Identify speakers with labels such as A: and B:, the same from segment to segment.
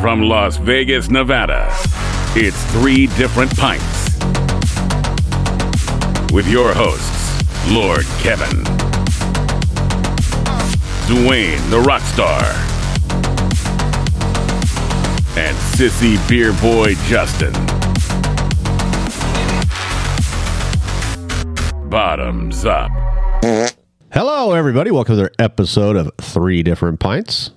A: from Las Vegas, Nevada. It's Three Different Pints. With your hosts, Lord Kevin, Dwayne the Rockstar, and Sissy Beer Boy Justin. Bottoms up.
B: Hello, everybody. Welcome to another episode of Three Different Pints.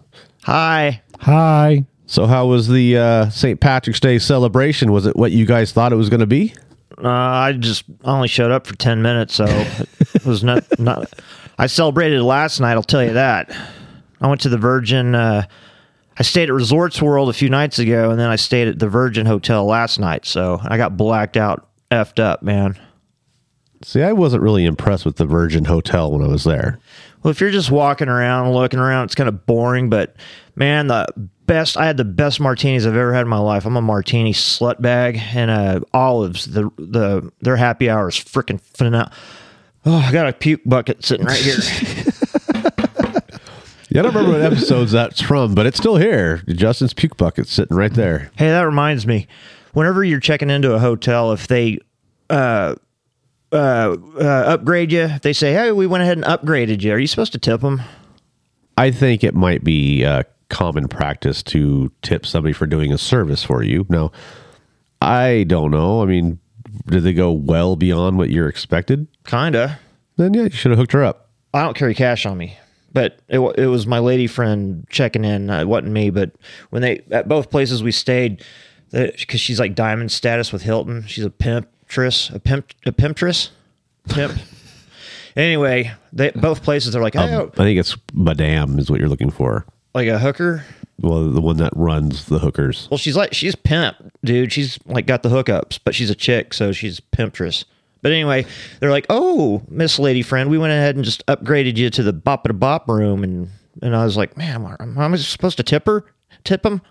C: Hi.
D: Hi.
B: So, how was the uh, St. Patrick's Day celebration? Was it what you guys thought it was going to be?
C: Uh, I just only showed up for 10 minutes, so it was not, not. I celebrated last night, I'll tell you that. I went to the Virgin. Uh, I stayed at Resorts World a few nights ago, and then I stayed at the Virgin Hotel last night, so I got blacked out, effed up, man.
B: See, I wasn't really impressed with the Virgin Hotel when I was there.
C: Well, if you're just walking around, looking around, it's kind of boring, but man, the best I had the best martinis I've ever had in my life. I'm a martini slut bag and uh olives. The the their happy hour is freaking phenomenal. Oh, I got a puke bucket sitting right here.
B: Yeah, I don't remember what episodes that's from, but it's still here. Justin's puke bucket sitting right there.
C: hey, that reminds me. Whenever you're checking into a hotel, if they uh, uh, uh, upgrade you, if they say, "Hey, we went ahead and upgraded you." Are you supposed to tip them?
B: I think it might be uh, common practice to tip somebody for doing a service for you. Now, I don't know. I mean, did they go well beyond what you're expected?
C: Kinda.
B: Then, yeah, you should have hooked her up.
C: I don't carry cash on me, but it, wa- it was my lady friend checking in. Uh, It wasn't me, but when they at both places we stayed, because she's like diamond status with Hilton. She's a pimptress, a pimp, a pimptress, pimp. anyway, they both places they're like,
B: Um,
C: oh,
B: I think it's Madame is what you're looking for.
C: like a hooker.
B: Well, the one that runs the hookers.
C: Well, she's like she's pimp, dude. She's like got the hookups, but she's a chick, so she's pimptress. But anyway, they're like, "Oh, Miss Lady Friend, we went ahead and just upgraded you to the bop a bop room," and and I was like, "Man, am I, am I supposed to tip her? Tip him?"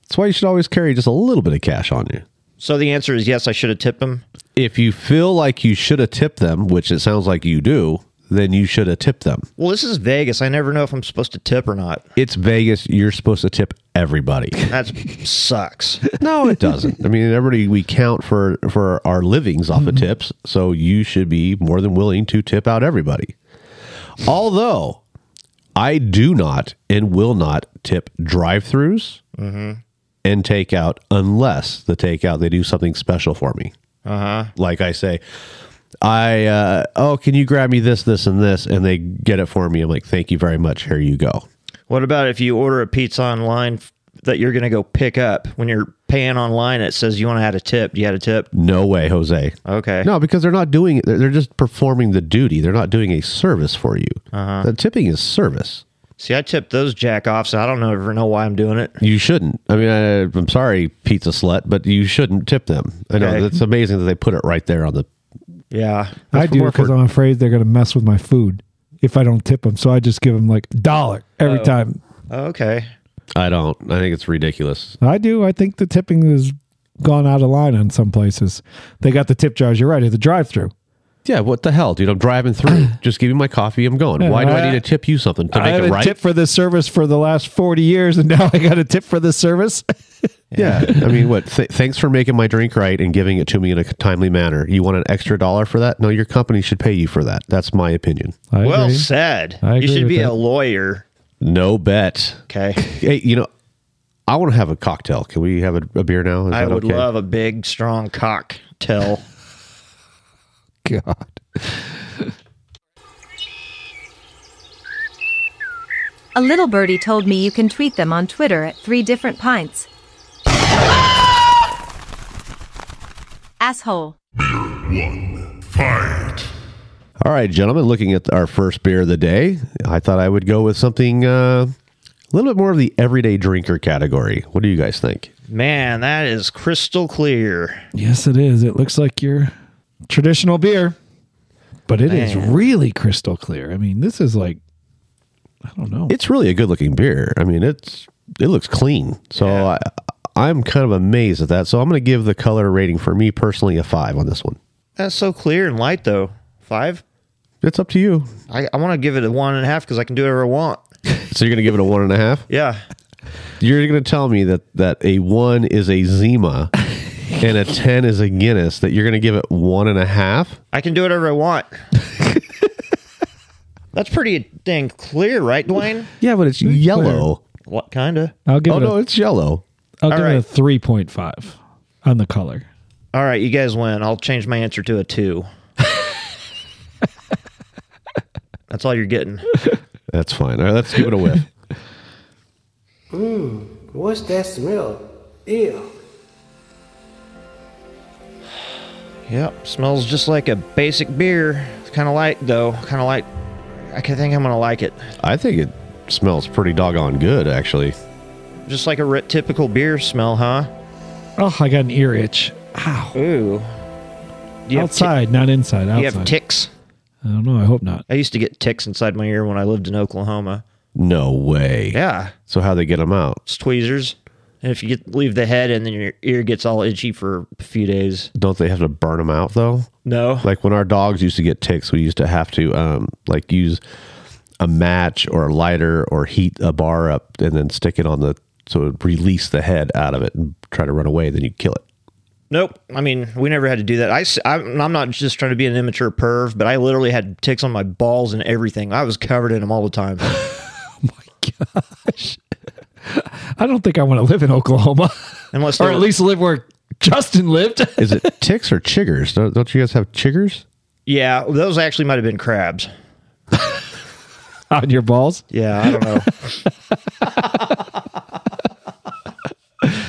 B: That's why you should always carry just a little bit of cash on you.
C: So the answer is yes, I should have tipped him.
B: If you feel like you should have tipped them, which it sounds like you do, then you should have tipped them.
C: Well, this is Vegas. I never know if I'm supposed to tip or not.
B: It's Vegas. You're supposed to tip everybody.
C: That sucks.
B: no, it doesn't. I mean, everybody we count for for our livings off of tips, so you should be more than willing to tip out everybody. Although I do not and will not tip drive-throughs and takeout unless the takeout they do something special for me. Uh-huh. Like I say, I uh, oh, can you grab me this, this, and this, and they get it for me. I'm like, thank you very much. Here you go.
C: What about if you order a pizza online f- that you're going to go pick up when you're paying online? It says you want to add a tip. Do you add a tip?
B: No way, Jose.
C: Okay.
B: No, because they're not doing it. They're they're just performing the duty. They're not doing a service for you. The tipping is service.
C: See, I tip those jack offs. I don't know- ever know why I'm doing it.
B: You shouldn't. I mean, I, I'm sorry, pizza slut, but you shouldn't tip them. I know
C: Okay.
B: that's amazing that they put it right there on the.
C: Yeah.
D: I do
B: more
D: because
B: for-
D: I'm afraid they're going to mess with my food if I don't tip them. So I just give them like a dollar
B: Oh.
D: every time.
C: oh, Okay.
B: I don't. I think it's ridiculous.
D: I do. I think the tipping has gone out of line on some places. They got the tip jars. You're right at the drive-through.
B: Yeah, what the hell, dude? I'm driving through. just give me my coffee. I'm going. Why do I,
D: I-
B: need to tip you something to
D: I
B: make
D: had
B: it
D: a
B: right?
D: tip for this service for the last 40 years, and now I got a tip for this service.
B: Yeah. I mean, what? Th- thanks for making my drink right and giving it to me in a timely manner. You want an extra dollar for that? No, your company should pay you for that. That's my opinion.
D: I
C: well
D: agree.
C: said.
D: I
C: You
D: agree
C: should
D: with
C: be
D: that.
C: a lawyer.
B: No bet.
C: Okay.
B: Hey, you know, I want to have a cocktail. Can we have a, a beer now? Is
C: I
B: that
C: would
B: okay?
C: love a big, strong cocktail.
D: God.
E: A little birdie told me you can tweet them on Twitter at three different pints. Asshole.
B: All right, gentlemen. Looking at our first beer of the day, I thought I would go with something uh, a little bit more of the everyday drinker category. What do you guys think?
C: Man, that is crystal clear.
D: Yes, it is. It looks like your traditional beer, but it is really crystal clear. I mean, this is like, I don't know.
B: It's really a good looking beer. I mean, it's it looks clean. So I, I'm kind of amazed at that. So I'm going to give the color rating for me personally a five on this one.
C: That's so clear and light, though. Five?
B: It's up to you.
C: I, I want to give it a one and a half because I can do whatever I want.
B: So you're going to give it a one and a half.
C: Yeah.
B: You're going to tell me that that a one is a Zima and a ten is a Guinness. That you're going to give it one and a half.
C: I can do whatever I want. That's pretty dang clear, right, Dwayne?
D: Yeah, but it's
B: Yellow.
C: What kind of?
D: I'll give
B: Oh
D: it.
B: no,
D: A,
B: it's yellow.
D: I'll give it a
C: Alright.
D: three point five on the color.
C: All right, you guys win. I'll change my answer to a two. That's all you're getting.
B: That's fine. All right, let's give it a whiff.
F: What's that smell? Ew.
C: Yep, smells just like a basic beer. It's kind of light though. Kind of light. I can think I'm gonna like it.
B: I think it smells pretty doggone good, actually.
C: Just like a re- typical beer smell, huh?
D: Oh, I got an ear itch. Ow.
C: Ooh. Do you have ti-
D: outside, not inside.
C: do
D: Outside.
C: you have ticks?
D: I don't know. I hope not.
C: I used to get ticks inside my ear when I lived in Oklahoma.
B: No way.
C: Yeah,
B: So how they get them out?
C: it's tweezers. And if you get, leave the head, and then your ear gets all itchy for a few days.
B: Don't they have to burn them out though?
C: No.
B: Like when our dogs used to get ticks, we used to have to um, like use a match or a lighter or heat a bar up and then stick it on the so it would release the head out of it and try to run away. Then you kill it.
C: Nope. I mean, we never had to do that. I, am I'm not just trying to be an immature perv, but I literally had ticks on my balls and everything. I was covered in them all the time.
D: I don't think I want to live in Oklahoma,
C: Unless
D: or
C: they
D: at
C: were-
D: least live where Justin lived.
B: Is it ticks or chiggers? Don't, don't you guys have chiggers?
C: Yeah, those actually might have been crabs.
D: on your balls.
C: Yeah, I don't know.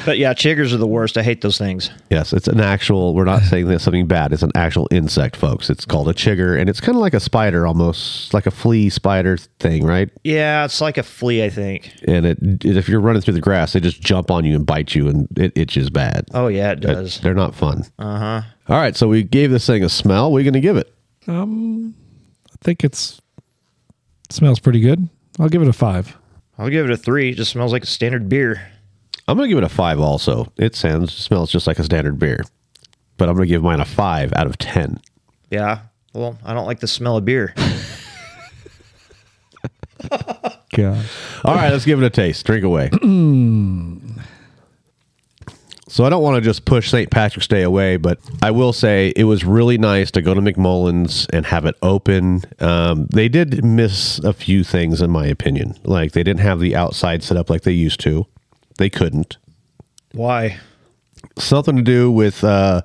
C: but yeah, chiggers are the worst. I hate those things.
B: Yes, it's an actual. We're not saying that something bad. It's an actual insect, folks. It's called a chigger, and it's kind of like a spider, almost like a flea spider thing, right?
C: Yeah, it's like a flea, I think.
B: And it, it- if you're running through the grass, they just jump on you and bite you, and it itches bad.
C: Oh yeah, it does.
B: They're not fun. Uh huh. All right, so we gave this thing a smell. What are you going to give it?
D: Um, I think it's smells pretty good. I'll give it a five.
C: I'll give it a three. It just smells like a standard beer.
B: I'm going to give it a five. Also, it sounds smells just like a standard beer, but I'm going to give mine a five out of ten.
C: Yeah. Well, I don't like the smell of beer.
D: God.
B: All right, let's give it a taste. Drink away. so I don't want to just push St. Patrick's Day away, but I will say it was really nice to go to McMullen's and have it open. Um, they did miss a few things, in my opinion. Like they didn't have the outside set up like they used to. They couldn't.
C: Why?
B: Something to do with uh,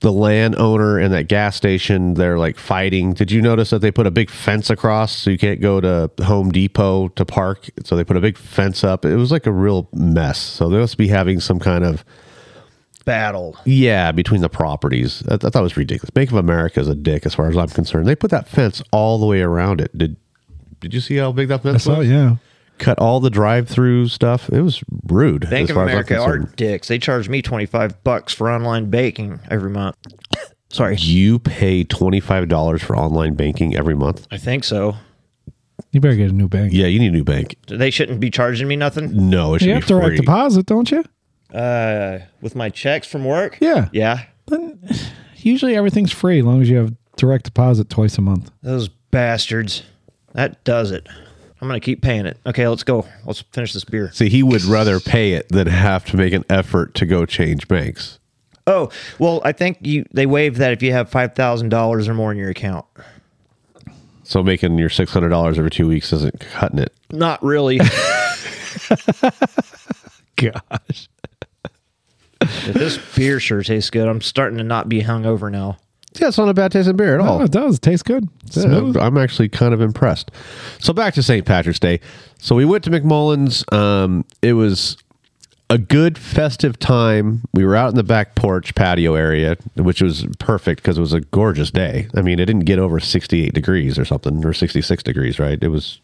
B: the landowner and that gas station. They're like fighting. Did you notice that they put a big fence across so you can't go to Home Depot to park? So they put a big fence up. It was like a real mess. So they must be having some kind of
C: Battle.
B: yeah between the properties. I, I thought it was ridiculous. Bank of America is a dick as far as I'm concerned. They put that fence all the way around it. Did did you see how big that fence was?
D: yeah.
B: Cut all the drive-through stuff. It was rude.
C: Bank
B: as
C: of
B: far as I'm
C: America are
B: concerned.
C: dicks. They charge me twenty five bucks for online baking every month. Sorry.
B: You pay twenty five dollars for online banking every month.
C: I think so.
D: You better get a new bank.
B: Yeah, you need a new bank.
C: They shouldn't be charging me nothing.
B: No, it should
D: You
B: be
D: have direct
B: free.
D: deposit, don't you?
C: Uh, with my checks from work.
D: Yeah.
C: Yeah.
D: Usually everything's free as long as you have direct deposit twice a month.
C: Those bastards. That does it. I'm going to keep paying it. Okay, let's go. Let's finish this beer.
B: See, he would rather pay it than have to make an effort to go change banks.
C: Oh, well, I think you they waive that if you have $5,000 or more in your account.
B: So making your six hundred dollars every two weeks isn't cutting it.
C: Not really.
D: Gosh.
C: But this beer sure tastes good. I'm starting to not be hungover now.
B: Yeah, it's not a bad tasting beer at
D: Oh,
B: all.
D: it does. It tastes good.
B: Yeah,
D: Smooth.
B: I'm actually kind of impressed. So back to St. Patrick's Day. So we went to McMullen's. Um, it was a good festive time. We were out in the back porch patio area, which was perfect because it was a gorgeous day. I mean, it didn't get over 68 degrees or something, or 66 degrees, right? It was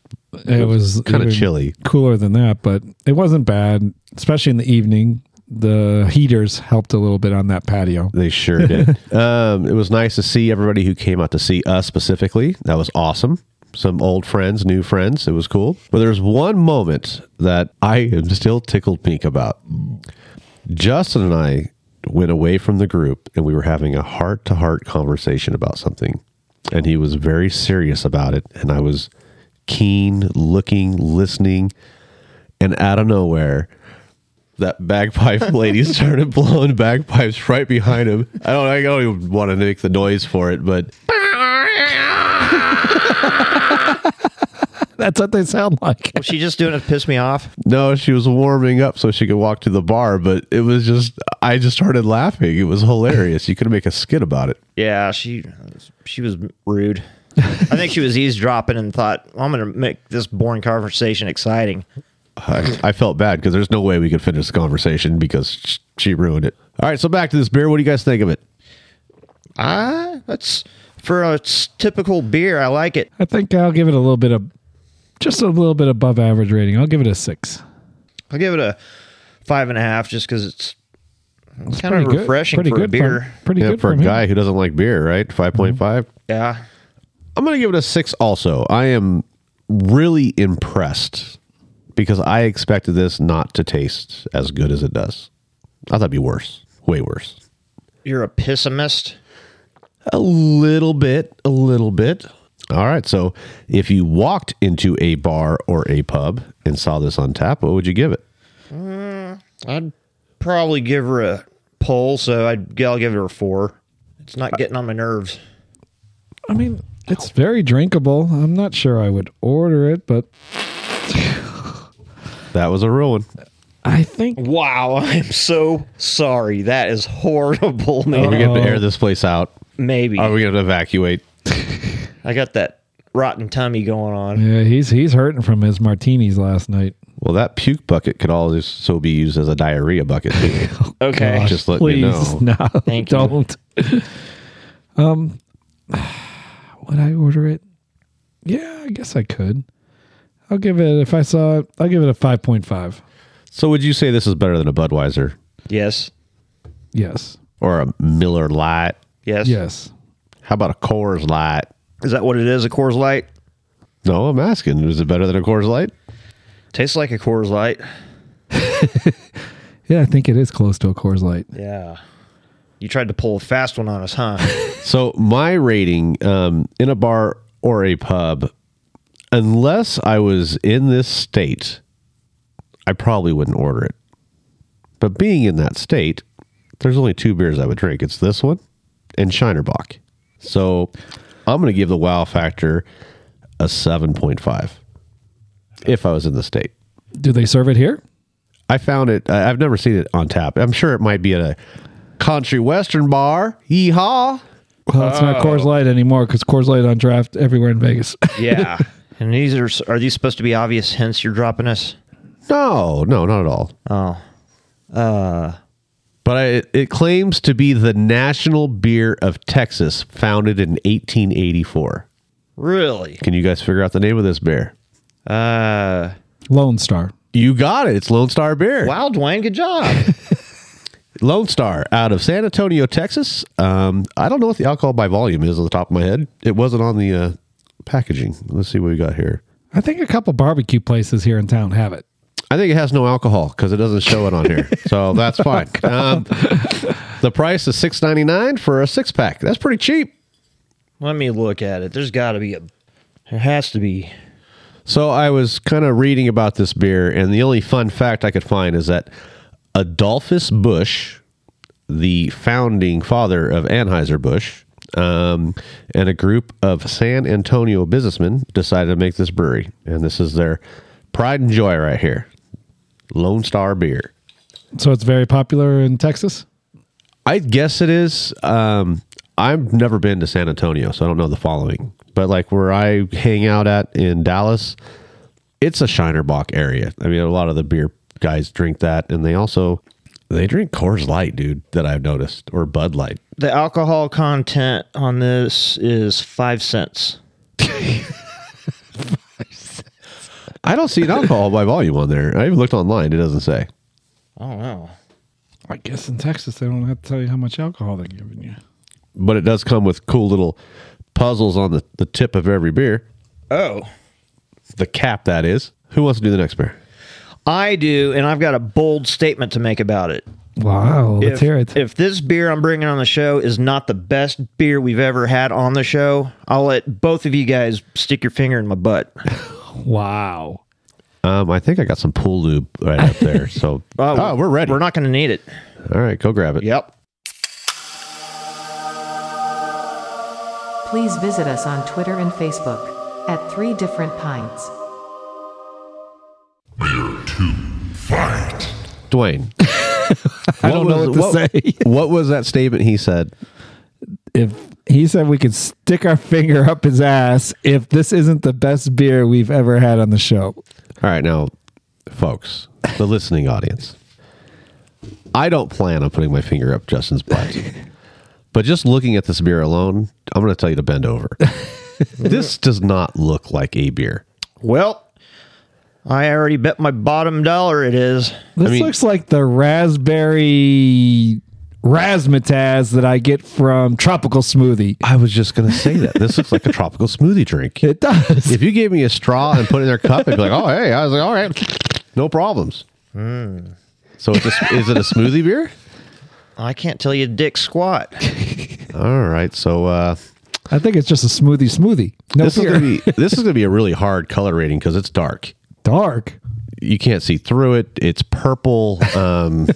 D: it was
B: kind of
D: even
B: chilly.
D: Cooler than that, but it wasn't bad, especially in the evening. The heaters helped a little bit on that patio.
B: They sure did. um, it was nice to see everybody who came out to see us specifically. That was awesome. Some old friends, new friends. It was cool. But there's one moment that I am still tickled pink about. Justin and I went away from the group and we were having a heart to heart conversation about something. And he was very serious about it. And I was keen, looking, listening. and out of nowhere, that bagpipe lady started blowing bagpipes right behind him. I don't, I don't even want to make the noise for it, but
D: That's what they sound like.
C: Was she just doing it to piss me off?
B: no, she was warming up so she could walk to the bar. But it was just, I just started laughing. It was hilarious. You could make a skit about it.
C: Yeah, she she was rude. I think she was eavesdropping and thought, well, I'm going to make this boring conversation exciting.
B: I, I felt bad because there's no way we could finish the conversation because sh- she ruined it. All right, so back to this beer. What do you guys think of it?
C: Ah, that's for a s- typical beer. I like it.
D: I think I'll give it a little bit of, just a little bit above average rating. I'll give it a six.
C: I'll give it a five and a half just because it's, kind of
D: Pretty good-
C: refreshing for
D: good
C: a beer.
D: pretty
B: Yeah,
D: good
B: for a
D: me.
B: guy who doesn't like beer, right? 5.5.
C: Yeah.
B: I'm going to give it a six also. I am really impressed because I expected this not to taste as good as it does. I thought it'd be worse, way worse.
C: You're a pessimist.
B: A little bit, a little bit. All right. So if you walked into a bar or a pub and saw this on tap, what would you give it?
C: I'd probably give her a pull, so I'd I'll give her a four. It's not getting on my nerves.
D: I mean, it's very drinkable. I'm not sure I would order it, but
B: That was a real one.
D: I think
C: Wow, I'm so sorry. That is
D: Oh,
C: horrible,
B: Are we
C: man.
B: going to air this place out?
C: Maybe
B: Are we going to evacuate?
C: I got that rotten tummy going on.
D: yeah, he's he's hurting from his martinis last night.
B: Well, that puke bucket could also be used as a diarrhea bucket. Too.
C: Okay,
B: Gosh. Just letting
D: Please,
B: you know.
D: no,
C: Thank you.
D: don't. um, would I order it? Yeah, I guess I could. I'll give it if I saw it. I'll give it a five point five.
B: So, would you say this is better than a Budweiser
C: yes,
D: Yes,
B: or a Miller Lite?
C: yes,
D: yes.
B: How about a Coors Light?
C: Is that what it is? A Coors Light
B: No, I'm asking. Is it better than a Coors Light?
C: tastes like a Coors Light.
D: Yeah, I think it is close to a Coors Light.
C: Yeah, you tried to pull a fast one on us, huh?
B: So, my rating um, in a bar or a pub, unless I was in this state, I probably wouldn't order it. But being in that state, there's only two beers I would drink. It's this one and Shinerbach. So, I'm going to give the wow factor a 7.5 if I was in the state.
D: Do they serve it here?
B: I found it. I- I've never seen it on tap. I'm sure it might be at a country western bar. Yeehaw!
D: Well, it's not Coors Light anymore because Coors Light on draft everywhere in Vegas.
C: yeah. And these are are these supposed to be obvious hints you're dropping us?
B: No, no, not at all.
C: Oh, Uh.
B: But I, it claims to be the national beer of Texas, founded in 1884.
C: really?
B: Can you guys figure out the name of this beer?
C: Uh,
D: Lone Star.
B: You got it. It's Lone Star Beer.
C: wow, Dwayne, good job.
B: Lone Star out of San Antonio, Texas. Um, I don't know what the alcohol by volume is on the top of my head. It wasn't on the uh, packaging. Let's see what we got here.
D: I think a couple barbecue places here in town have it.
B: I think it has no alcohol because it doesn't show it on here, so that's fine. Um, the price is six ninety nine for a six pack. That's pretty cheap.
C: Let me look at it. There's got to be a. There has to be.
B: So I was kind of reading about this beer, and the only fun fact I could find is that Adolphus Bush, the founding father of Anheuser Busch, um, and a group of San Antonio businessmen decided to make this brewery, and this is their pride and joy right here, Lone Star Beer.
D: So it's very popular in Texas.
B: I guess it is. Um, I've never been to San Antonio, so I don't know the following. But like where I hang out at in Dallas, it's a Shinerbach area. I mean, a lot of the beer guys drink that, and they also they drink Coors Light, dude. That I've noticed, or Bud Light.
C: The alcohol content on this is five cents.
B: I don't see an alcohol by volume on there. I even looked online; it doesn't say.
C: I don't know.
D: I guess in Texas they don't have to tell you how much alcohol they're giving you.
B: But it does come with cool little puzzles on the, the tip of every beer,
C: Oh,
B: the cap that is. Who wants to do the next beer?
C: I do, and I've got a bold statement to make about it.
D: Wow, let's
C: if,
D: hear it.
C: If this beer I'm bringing on the show is not the best beer we've ever had on the show, I'll let both of you guys stick your finger in my butt.
D: wow.
B: Um, I think I got some pool lube right up there. So,
C: Oh,
B: oh, we're ready.
C: We're not going to need it.
B: All right, go grab it.
C: Yep.
G: Please visit us on Twitter and Facebook at Three Different Pints.
B: Dwayne.
D: I don't know what to say.
B: what was that statement he said?
D: if he said we could stick our finger up his ass if this isn't the best beer we've ever had on the show.
B: All right, now, folks, the listening audience, I don't plan on putting my finger up Justin's butt, but just looking at this beer alone, I'm going to tell you to bend over. this does not look like a beer.
C: Well, I already bet my bottom dollar it is.
D: This
B: mean-
D: looks like the raspberry razzmatazz that I get from Tropical Smoothie.
B: I was just going to say that. This looks like a tropical smoothie drink.
D: It does.
B: If you gave me a straw and put it in their cup, I'd be like, oh, hey. I was like, all right, no problems. So it's a, is it a smoothie beer?
C: I can't tell you dick squat.
B: All right. So uh,
D: I think it's just a smoothie smoothie. No
B: this is
D: beer.
B: gonna be this is gonna be a really hard color rating because it's dark.
D: dark.
B: You can't see through it. It's purple. Um,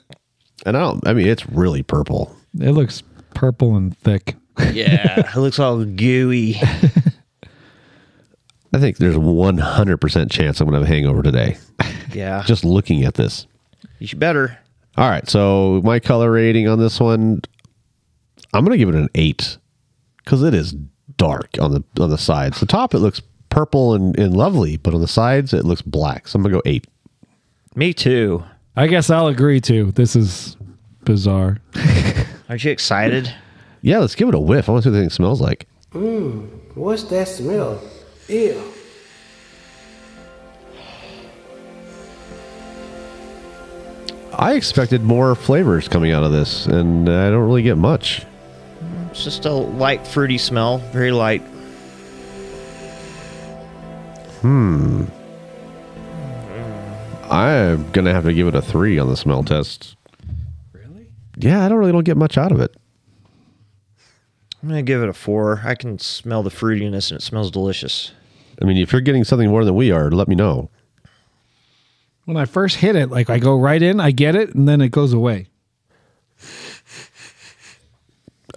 B: and I don't. I mean, it's really purple.
D: It looks purple and thick.
C: Yeah, it looks all gooey.
B: I think there's one hundred percent chance I'm gonna have a hangover today.
C: Yeah,
B: Just looking at this.
C: you better.
B: All right. So my color rating on this one, I'm gonna give it an eight because it is dark on the on the sides. The top it looks purple and, and lovely, but on the sides it looks black. So I'm gonna go eight.
C: Me too.
D: I guess I'll agree too. This is bizarre.
C: Aren't you excited?
B: Yeah, let's give it a whiff. I want to see what the thing smells like.
F: What's that smell? Ew.
B: I expected more flavors coming out of this, and I don't really get much.
C: It's just a light fruity smell, very light.
B: I'm gonna have to give it a three on the smell test. Really? Yeah, I don't really don't get much out of it.
C: I'm gonna give it a four. I can smell the fruitiness, and it smells delicious.
B: I mean, if you're getting something more than we are, let me know.
D: When I first hit it, like I go right in, I get it, and then it goes away.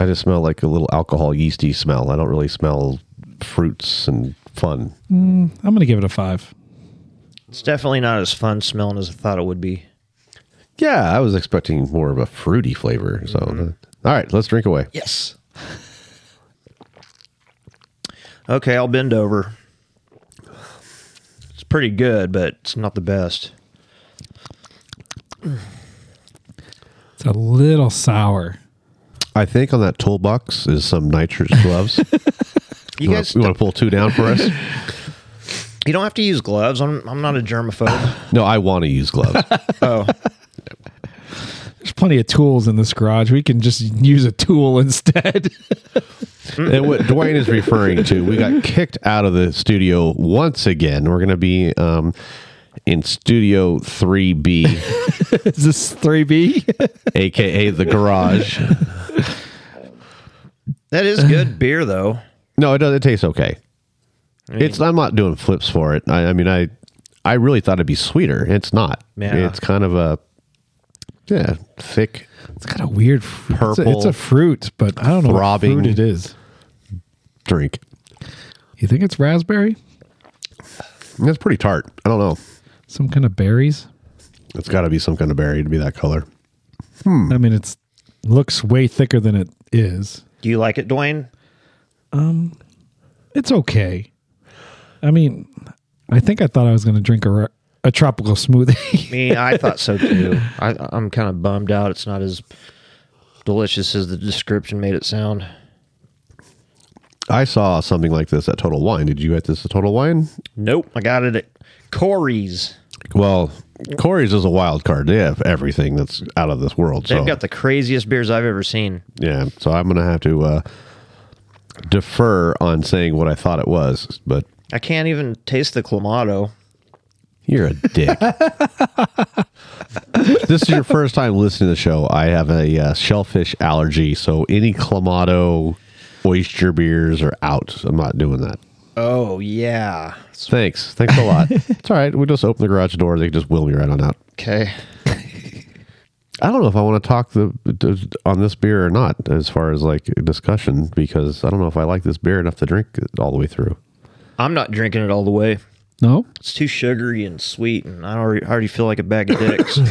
B: I just smell like a little alcohol yeasty smell. I don't really smell fruits and fun.
D: I'm gonna give it a five.
C: It's definitely not as fun smelling as I thought it would be.
B: Yeah, I was expecting more of a fruity flavor. So,
C: Mm-hmm.
B: all right, let's drink away.
C: Yes. Okay, I'll bend over. It's pretty good, but it's not the best.
D: It's a little sour.
B: I think on that toolbox is some nitrous gloves.
C: You
B: wanna-
C: guys,
B: you
C: don't-
B: want to pull two down for us?
C: you don't have to use gloves. I'm, I'm not a germaphobe.
B: no, I want to use gloves.
C: oh,
D: There's plenty of tools in this garage. We can just use a tool instead.
B: and what Dwayne is referring to, we got kicked out of the studio once again. We're going to be um, in Studio 3B,
D: is this 3B?
B: aka the garage.
C: that is good beer though.
B: No, it does. It tastes okay. It's. I'm not doing flips for it. I, I mean, I, I really thought it'd be sweeter. It's not.
C: Yeah.
B: It's kind of a, yeah, thick,
D: it's got a weird fruit. It's a, it's
B: Purple.
D: a fruit, but I don't know
B: Throbbing.
D: what fruit it is.
B: drink.
D: You think it's raspberry?
B: It's pretty tart. I don't know.
D: Some kind of berries?
B: It's got to be some kind of berry to be that color. Hmm.
D: I mean, it's looks way thicker than it is.
C: Do you like it, Dwayne?
D: It's okay. I mean, I think I thought I was going to drink a, ra- a tropical smoothie.
C: Me, I thought so too. I, I'm kind of bummed out. It's not as delicious as the description made it sound.
B: I saw something like this at Total Wine. Did you get this at Total Wine?
C: Nope, I got it at Corey's.
B: Well, Corey's is a wild card. They have everything that's out of this world.
C: They've
B: So
C: got the craziest beers I've ever seen.
B: yeah, so I'm gonna have to uh, defer on saying what I thought it was. But
C: I can't even taste the clamato.
B: you're a dick. this is your first time listening to the show. I have a uh, shellfish allergy, so any clamato oyster beers are out. I'm not doing that.
C: Oh yeah.
B: Thanks. Thanks a lot. it's all right. We just open the garage door. They can just wheel me right on out.
C: Okay.
B: I don't know if I want to talk the to- on this beer or not, as far as like discussion, because I don't know if I like this beer enough to drink it all the way through.
C: I'm not drinking it all the way.
D: No?
C: It's too sugary and sweet, and I already, I already feel like a bag of dicks.
B: All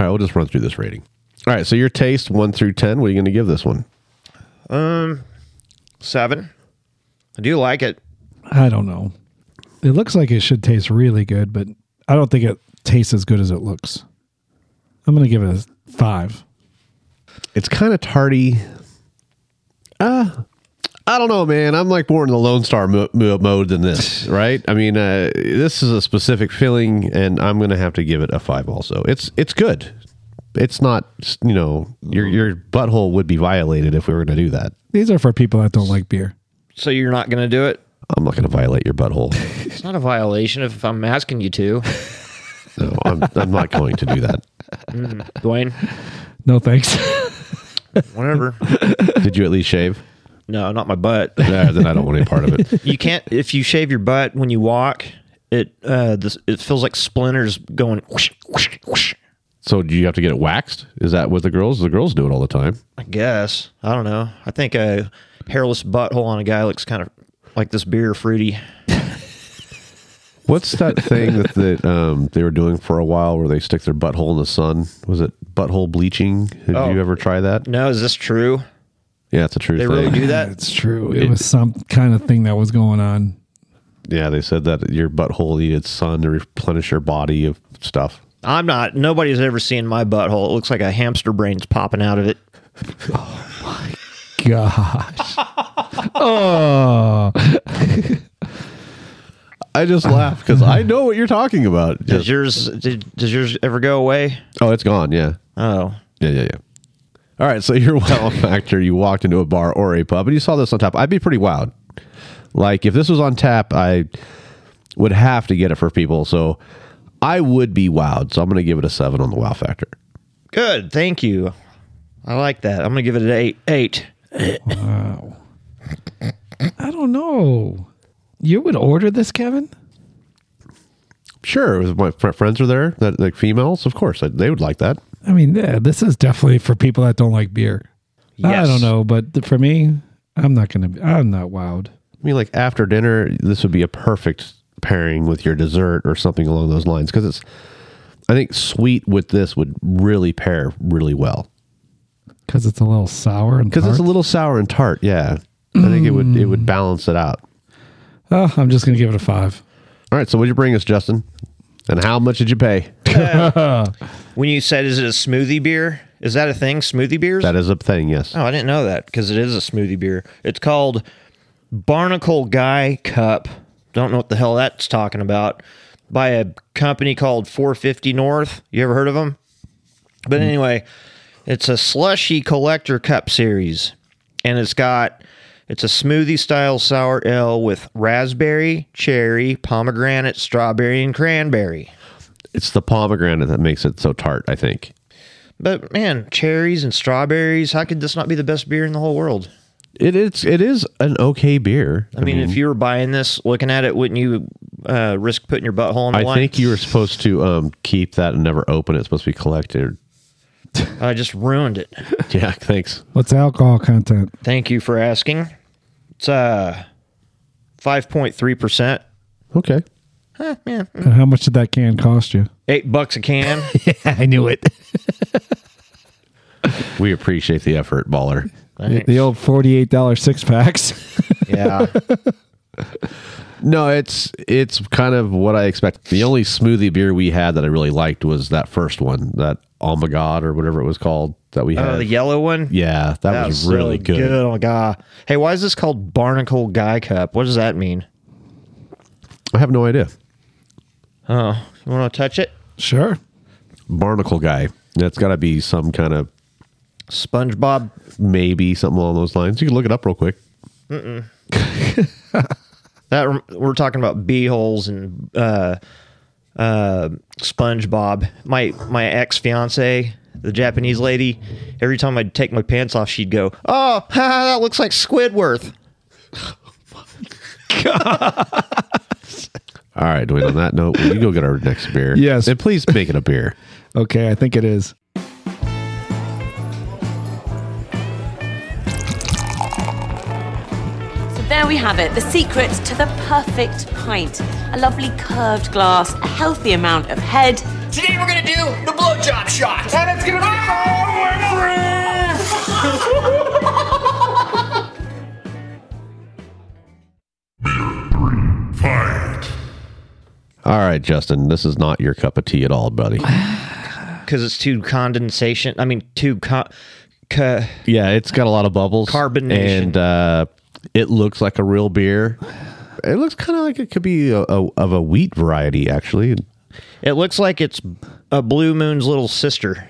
B: right, we'll just run through this rating. All right, so your taste one through ten. What are you going to give this one?
C: Seven. I do like it.
D: I don't know. It looks like it should taste really good, but I don't think it tastes as good as it looks. I'm going to give it a five.
B: It's kind of tardy. Uh, I don't know, man. I'm like more in the Lone Star mo- mo- mode than this, right? I mean, uh, this is a specific feeling, and I'm going to have to give it a five. Also, it's it's good. It's not, you know, your your butthole would be violated if we were going to do that.
D: These are for people that don't like beer.
C: So you're not going to do it?
B: I'm not going to violate your butthole.
C: It's not a violation if I'm asking you to,
B: No, I'm, I'm not going to do that.
C: Dwayne.
D: No thanks.
C: Whatever.
B: Did you at least shave?
C: No, not my butt.
B: Nah, then I don't want any part of it.
C: You can't if you shave your butt when you walk. It uh, this, it feels like splinters going. Whoosh, whoosh, whoosh.
B: So do you have to get it waxed? Is that what the girls? The girls do it all the time.
C: I guess I don't know. I think a hairless butthole on a guy looks kind of like this beer fruity.
B: What's that thing that, that um, they were doing for a while where they stick their butthole in the sun? Was it butthole bleaching? Did
C: Oh.
B: you ever try that?
C: No, is this true?
B: Yeah, it's a true
C: They
B: thing.
C: really do that.
D: it's true. It, was some kind of thing that was going on.
B: Yeah, they said that your butthole needed sun to replenish your body of stuff.
C: I'm not. Nobody's ever seen my butthole. It looks like a hamster brain's popping out of it.
D: Gosh. oh.
B: I just laugh because I know what you're talking about.
C: Does yours did, does yours ever go away?
B: oh, it's gone. Yeah.
C: Oh,
B: Yeah, yeah, yeah. All right, so your wow factor, you walked into a bar or a pub and you saw this on tap. I'd be pretty wowed. Like if this was on tap, I would have to get it for people. So I would be wowed. So I'm going to give it a 7 on the wow factor.
C: good. Thank you. I like that. I'm gonna give it an eight. Eight.
D: Wow. I don't know. You would order this, Kevin?
B: Sure, if my fr- friends are there, that like females, of course, I, they would like that.
D: I mean, yeah, this is definitely for people that don't like beer. I
C: Yes.
D: don't know, but th- for me, I'm not going to be, I'm not wowed.
B: I mean, like after dinner, this would be a perfect pairing with your dessert or something along those lines because it's, I think, sweet with this would really pair really well.
D: Because it's a little sour and
B: because it's a
D: tart.
B: little sour and tart. Yeah, I think it would it
C: Mm.
B: would balance it out.
D: oh, I'm just gonna give it a five.
B: All right, so what'd you bring us, Justin? And how much did you pay?
C: When you said, is it a smoothie beer? Is that a thing? Smoothie beers?
B: That is a thing. Yes.
C: oh, I didn't know that because it is a smoothie beer. It's called Barnacle Guy Cup. Don't know what the hell that's talking about. By a company called 450 North. You ever heard of them? But anyway, it's a slushy collector cup series, and it's got it's a smoothie style sour ale with raspberry, cherry, pomegranate, strawberry, and cranberry.
B: It's the pomegranate that makes it so tart. I think
C: But man, cherries and strawberries, how could this not be the best beer in the whole world?
B: it is. It is an okay beer.
C: I mean, if you were buying this, looking at it, wouldn't you uh, risk putting your butthole in the
B: I
C: line?
B: think you were supposed to um, keep that and never open it. It's supposed to be collected.
C: I just ruined it.
B: Yeah. Thanks.
D: What's the alcohol content?
C: Thank you for asking. It's uh, 5.3%.
B: Okay.
D: And how much did that can cost you?
C: Eight bucks a can.
D: I knew it.
B: We appreciate the effort, baller.
D: the, the old forty-eight dollar six packs.
C: yeah.
B: No, it's it's kind of what I expect. The only smoothie beer we had that I really liked was that first one, that Oh My God or whatever it was called that we had.
C: Uh, the yellow one.
B: Yeah, that,
C: That
B: was really
C: so
B: good.
C: Oh, God. Hey, why is this called Barnacle Guy Cup? What does that mean?
B: I have no idea.
C: Oh, you want to touch it?
D: sure.
B: Barnacle guy. That's got to be some kind of
C: SpongeBob
B: maybe something along those lines. You can look it up real quick.
C: That rem- we're talking about bee holes and uh, uh, SpongeBob. My my ex fiance, the Japanese lady, every time I'd take my pants off, she'd go, "Oh, that looks like Squidworth."
B: All right, Dwayne, on that note, will you go get our next beer?
D: Yes.
B: And please make it a beer.
D: Okay, I think it is.
H: So there we have it, the secret to the perfect pint. A lovely curved glass, a healthy amount of head.
I: Today we're gonna do the blowjob shot. And it's gonna be
B: All right, Justin, this is not your cup of tea at all, buddy.
C: because it's too condensation. I mean, too con- ca-
B: Yeah, it's got a lot of bubbles.
C: Carbonation.
B: And uh, it looks like a real beer. It looks kind of like it could be a, a, of a wheat variety, actually.
C: It looks like it's a Blue Moon's little sister.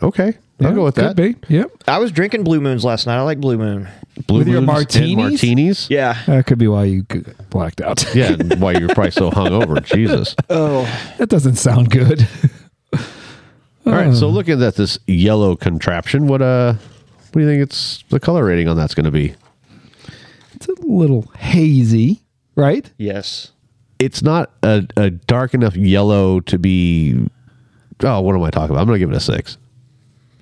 B: Okay, I'll
D: Yeah,
B: go with that.
D: Could be. Yep.
C: I was drinking Blue Moons last night. I like Blue Moon.
B: Blue
D: With your
B: Moons
D: martinis?
B: and martinis.
C: Yeah.
D: That could be why you g- blacked out.
B: Yeah, and why you're probably so hungover. Jesus.
D: that doesn't sound good.
B: All right, so looking at this yellow contraption, what uh, what do you think it's the color rating on that's going to be?
D: it's a little hazy, right?
C: Yes.
B: It's not a, a dark enough yellow to be. Oh, what am I talking about? I'm going to give it a six.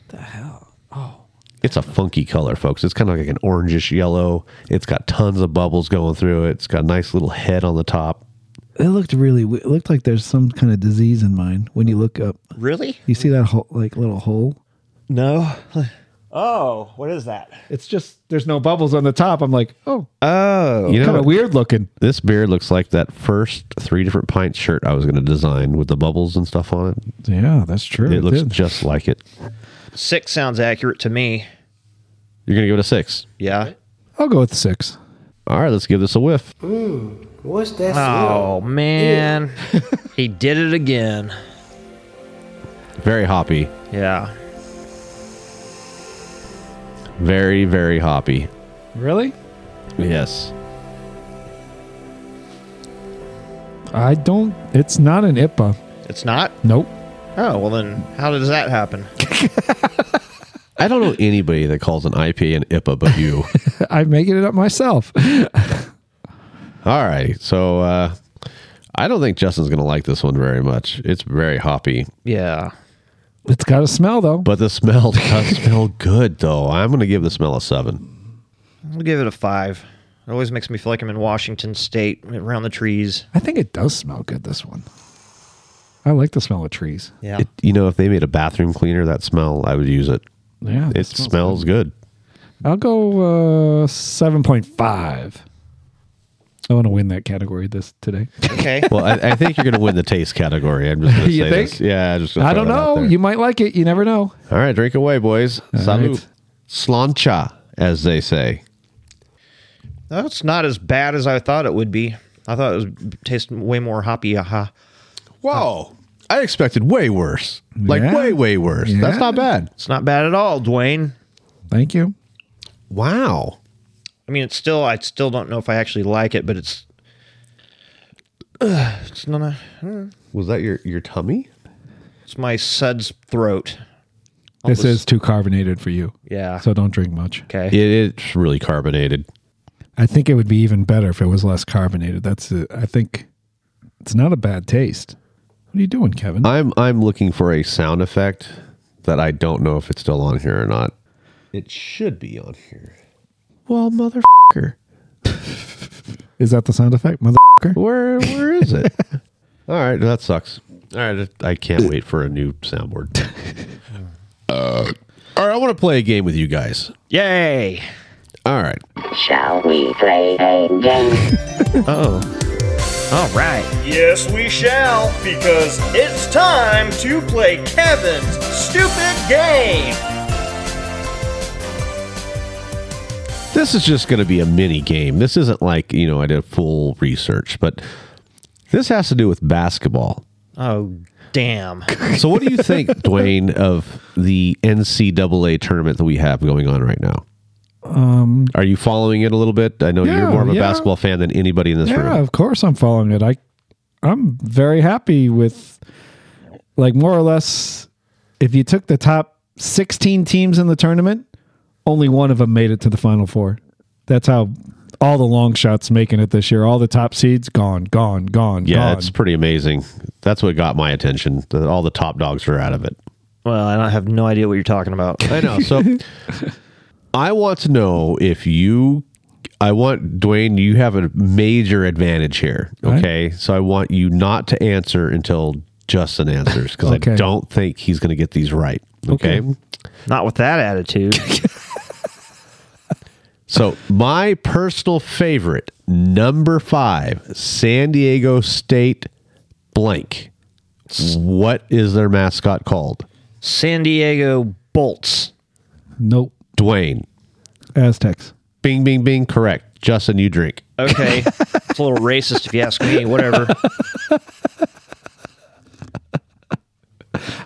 B: The hell? Oh, it's a funky color, folks. It's kind of like an orangish yellow. It's got tons of bubbles going through it. It's got a nice little head on the top.
D: It looked really. we- It looked like there's some kind of disease in mine when you look up.
C: Really?
D: You see that hole, like little hole?
C: No. Oh, what is that?
D: It's just there's no bubbles on the top. I'm like, oh,
C: Oh.
B: You know,
D: kind of weird looking.
B: this beer looks like that first three different pint shirt I was going to design with the bubbles and stuff on it.
D: Yeah, that's true.
B: It looks just like it.
C: Six sounds accurate to me.
B: You're going to give it a six.
C: Yeah.
D: I'll go with six.
B: All right, let's give this a whiff.
F: What's that smell?
C: Oh, man. he did it again.
B: Very hoppy.
C: Yeah.
B: Very, very hoppy.
D: Really?
B: Yes.
D: I don't. It's not an IPA.
C: It's not?
D: Nope.
C: Oh, well, then how does that happen?
B: I don't know anybody that calls an IPA an IPA but you.
D: I'm making it up myself.
B: All right. So uh, I don't think Justin's going to like this one very much. It's very hoppy,
C: Yeah.
D: It's got a smell though.
B: but the smell does smell good, though. I'm going to give the smell a seven.
C: I'll give it a five. It always makes me feel like I'm in Washington State around the trees.
D: I think it does smell good. This one. I like the smell of trees.
C: Yeah.
B: It, you know, if they made a bathroom cleaner, that smell, I would use it.
D: Yeah,
B: It smells, good.
D: I'll go uh, seven point five. I want to win that category this today.
C: okay.
B: Well, I, I think you're going to win the taste category. I'm just going to say
D: You think?
B: this. Yeah, I'm just gonna
D: I
B: throw
D: don't
B: that out
D: know.
B: there.
D: You might like it. You never know.
B: All right, drink away, boys. Salute.
D: right.
B: Slancha, as they say.
C: That's not as bad as I thought it would be. I thought it was taste way more hoppy. uh-huh. Aha.
B: Whoa. I expected way worse. Like
D: Yeah.
B: way, way worse. That's
D: Yeah.
B: not bad.
C: It's not bad at all, Dwayne.
D: Thank you.
B: Wow.
C: I mean, it's still. I still don't know if I actually like it, but it's. Ugh, it's not. A,
B: Was that your, your tummy?
C: it's my sud's throat.
D: This
C: this-
D: is too carbonated for you.
C: Yeah.
D: So don't drink much.
C: okay.
B: It, it's really carbonated.
D: I think it would be even better if it was less carbonated. That's it. I think it's not a bad taste. What are you doing, Kevin?
B: I'm I'm looking for a sound effect that I don't know if it's still on here or not. It should be on here.
D: well, motherfucker. is that the sound effect, motherfucker?
B: Where where is it? All right, that sucks. All right, I can't wait for a new soundboard. Uh, all right, I want to play a game with you guys.
C: Yay.
B: All right.
J: Shall we play a game?
C: Oh. All right.
I: Yes, we shall, because it's time to play Kevin's stupid game.
B: This is just going to be a mini game. This isn't like, you know, I did full research, but this has to do with basketball.
C: Oh, damn.
B: So, what do you think, Dwayne, of the NCAA tournament that we have going on right now? Um, Are you following it a little bit? I know you're
D: Yeah,
B: more of a
D: yeah.
B: basketball fan than anybody in this
D: Yeah,
B: room.
D: of course I'm following it. I I'm very happy with like more or less if you took the top 16 teams in the tournament, only one of them made it to the final four. That's how all the long shots making it this year. All the top seeds gone, gone, gone,
B: Yeah,
D: gone.
B: it's pretty amazing. That's what got my attention. that all the top dogs are out of it.
C: Well, I don't have no idea what you're talking about.
B: I know. So I want to know if you, I want Dwayne, you have a major advantage here.
D: Right.
B: Okay. So I want you not to answer until Justin answers because I
D: Okay.
B: don't think he's going to get these right. Okay.
D: Okay.
C: Not with that attitude.
B: So my personal favorite, number five, San Diego State blank. What is their mascot called?
C: San Diego Bolts.
D: nope.
B: Dwayne.
D: Aztecs.
B: Bing, bing, bing. Correct. Justin, you drink.
C: Okay. it's a little racist if you ask me. Whatever.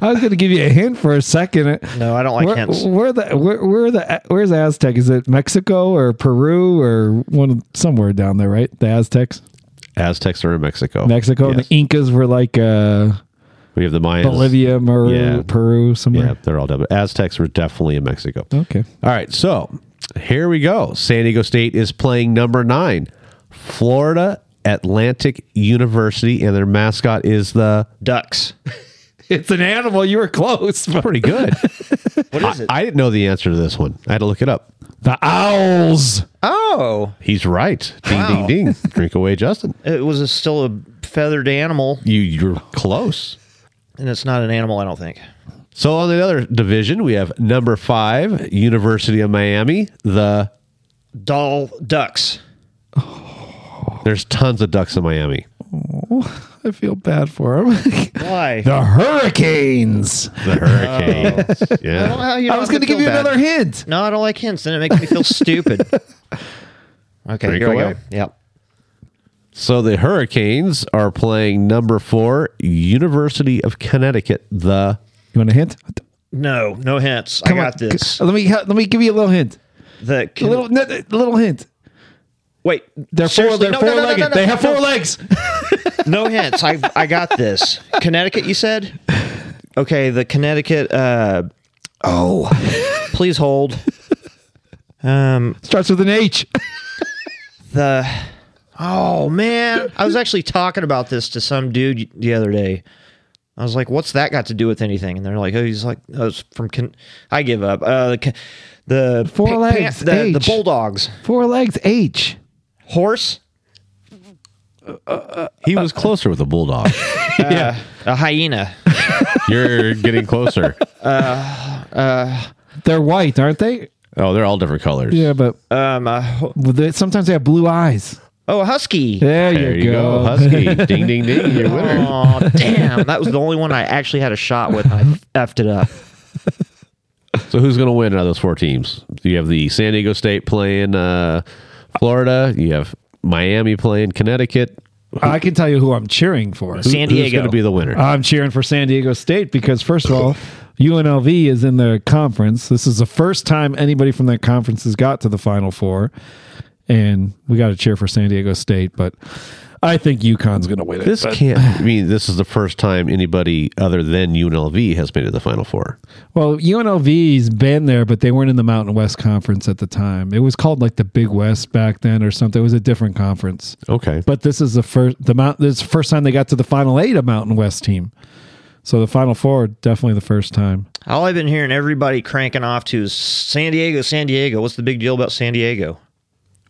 D: I was going to give you a hint for a second.
C: No, I don't like
D: where,
C: hints.
D: Where the where, where the where's Aztec? Is it Mexico or Peru or one of- somewhere down there? Right, the Aztecs,
B: Aztecs are in
C: Oh,
B: Mexico.
D: Mexico.
B: Yes.
D: The Incas were like uh,
B: We have the Mayans.
D: Bolivia, Peru,
B: Yeah.
D: Peru, somewhere.
B: Yeah, they're all done. But Aztecs were definitely in Mexico.
C: Oh.
D: Okay.
B: All right, so here we go. San Diego State is playing number nine, Florida Atlantic University, and their mascot is the.
C: Ducks.
D: It's an animal. You were close. but-
B: Pretty good.
C: What is it?
B: I didn't know the answer to this one. I had to look it up.
D: The owls.
C: oh.
B: He's right. Ding,
C: Wow.
B: ding, ding. Drink away, Justin.
C: It was a, still a feathered animal,
B: You, you're close.
C: and it's not an animal, I don't think.
B: So on the other division, we have number five, University of Miami. The
C: Doll ducks.
B: there's tons of ducks in Miami.
D: I feel bad for them.
C: Why?
D: the hurricanes.
B: The Hurricanes. Yeah.
C: Well, you don't
D: I was
C: have
D: going to give
C: feel
D: you
C: bad.
D: another hint.
C: No, I don't like hints. Then it makes me feel stupid. Okay,
B: Drink
C: here we
B: away.
C: go. Yep.
B: So the Hurricanes are playing number four, University of Connecticut. The
D: You want a hint?
C: No, no hints. I got
D: on.
C: this.
D: Let me let me give you a little hint.
C: The
D: A little no, no, a little hint.
C: wait.
D: They're four.
C: seriously,
D: They're
C: no,
D: four
C: no, no, no,
D: legged.
C: no, no,
D: they have four
C: no.
D: legs.
C: No hints. I I got this. Connecticut, you said. Okay, the Connecticut. Uh, oh, please hold. Um,
D: Starts with an H.
C: the. Oh man, I was actually talking about this to some dude the other day. I was like, "What's that got to do with anything?" And they're like, "Oh, he's like, oh, it's from." Con- I give up. Uh, the, Con- the
D: Four
C: pa-
D: legs,
C: the, the
D: H.
C: bulldogs,
D: Four legs. H.
C: horse,
B: he was closer with the Bulldog.
C: a hyena.
B: You're getting closer.
D: They're white, aren't they?
B: Oh, they're all different colors.
D: Yeah, but
C: Um, a ho-
D: they, sometimes they have blue eyes.
C: oh, a husky.
D: There,
B: There you go, Husky. ding, ding, ding. You're winner.
C: Oh, damn. That was the only one I actually had a shot with. And I effed it up.
B: So who's going to win out of those four teams? You have the San Diego State playing uh, Florida. You have Miami playing Connecticut.
D: I can tell you who I'm cheering for.
C: San
B: Who's
C: Diego.
B: going to be the winner?
D: I'm cheering for San Diego State because, first of all, UNLV is in the conference. This is the first time anybody from that conference has got to the Final Four, and we got to cheer for San Diego State. But I think UConn's going to win it.
B: this can't. I mean, this is the first time anybody other than UNLV has made it to the Final Four.
D: Well, UNLV's been there, but they weren't in the Mountain West Conference at the time. It was called like the Big West back then, or something. It was a different conference.
B: Okay,
D: But this is the first the mount. This is the first time they got to the Final Eight, a Mountain West team. So the Final Four, definitely the first time.
C: All I've been hearing everybody cranking off to is San Diego, San Diego. What's the big deal about San Diego?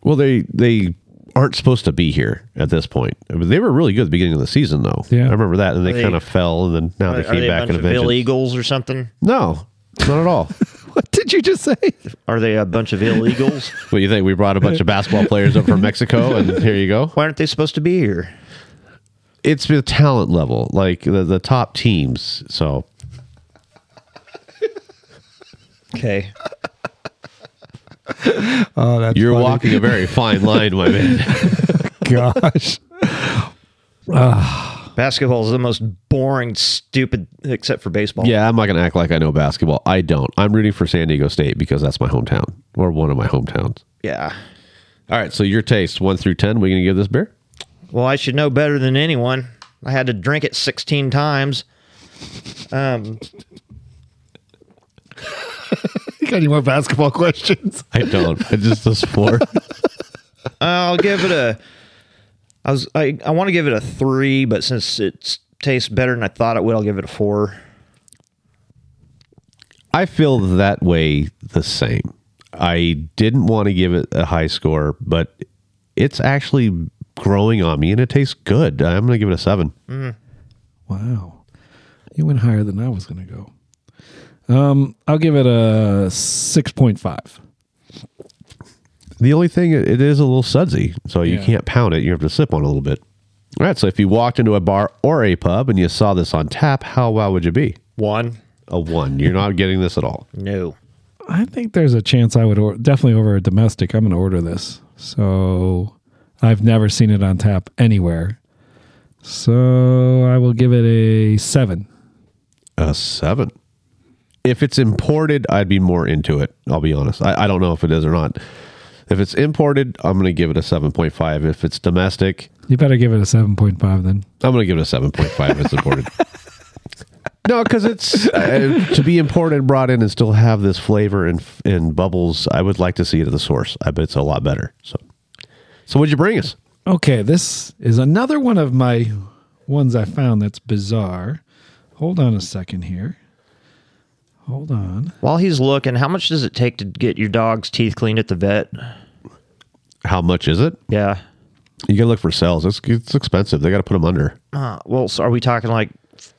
B: Well, they they aren't supposed to be here at this point. I mean, they were really good at the beginning of the season, though.
D: Yeah.
B: I remember that, and they,
C: Are they-
B: kind of fell, and then now
C: Are,
B: they
C: are
B: came
C: they a
B: back in
C: bunch
B: a
C: of Ill
B: vengeance.
C: Eagles or something?
B: No, not at all.
D: What did you just say?
C: Are they a bunch of illegals?
B: what do you think? We brought a bunch of basketball players up from Mexico, and here you go.
C: Why aren't they supposed to be here?
B: It's the talent level, like the, the top teams. So
C: Okay.
D: Oh, that's
B: you're walking a very fine line, my man.
D: gosh.
C: Basketball is the most boring, stupid, except for baseball.
B: yeah, I'm not going to act like I know basketball. I don't. I'm rooting for San Diego State because that's my hometown or one of my hometowns.
C: Yeah.
B: All right, so your taste one through ten. We going to give this beer?
C: Well, I should know better than anyone. I had to drink it 16 times.
D: You got any more basketball questions?
B: I don't. I just this floor.
C: I'll give it a. I was I, I want to give it a three, but since it tastes better than I thought it would, I'll give it a four.
B: I feel that way the same. I didn't want to give it a high score, but it's actually growing on me and it tastes good. I'm going to give it a seven.
D: Wow. You went higher than I was going to go. Um, I'll give it a 6.5.
B: The only thing, it is a little sudsy, so you
D: Yeah.
B: can't pound it. You have to sip on it a little bit. All right, so if you walked into a bar or a pub and you saw this on tap, how wow would you be?
C: One?
B: A one. You're not getting this at all.
C: No.
D: I think there's a chance I would or- definitely over a domestic. I'm going to order this. So I've never seen it on tap anywhere. So I will give it a 7.
B: A Uh, seven. If it's imported, I'd be more into it. I'll be honest. I, I don't know if it is or not. If it's imported, I'm going to give it a 7.5. If it's domestic,
D: You better give it a 7.5 then.
B: I'm going to give it a 7.5 if it's imported. no, because it's uh, to be imported, and brought in, and still have this flavor and, and bubbles. I would like to see it at the source. I bet it's a lot better. So, so what'd you bring us?
D: Okay, this is another one of my ones I found that's bizarre. Hold on a second here. Hold on.
C: While he's looking, how much does it take to get your dog's teeth cleaned at the vet?
B: How much is it?
C: Yeah.
B: You got to look for sales. It's, it's expensive. They got to put them under.
C: Uh, well, so are we talking like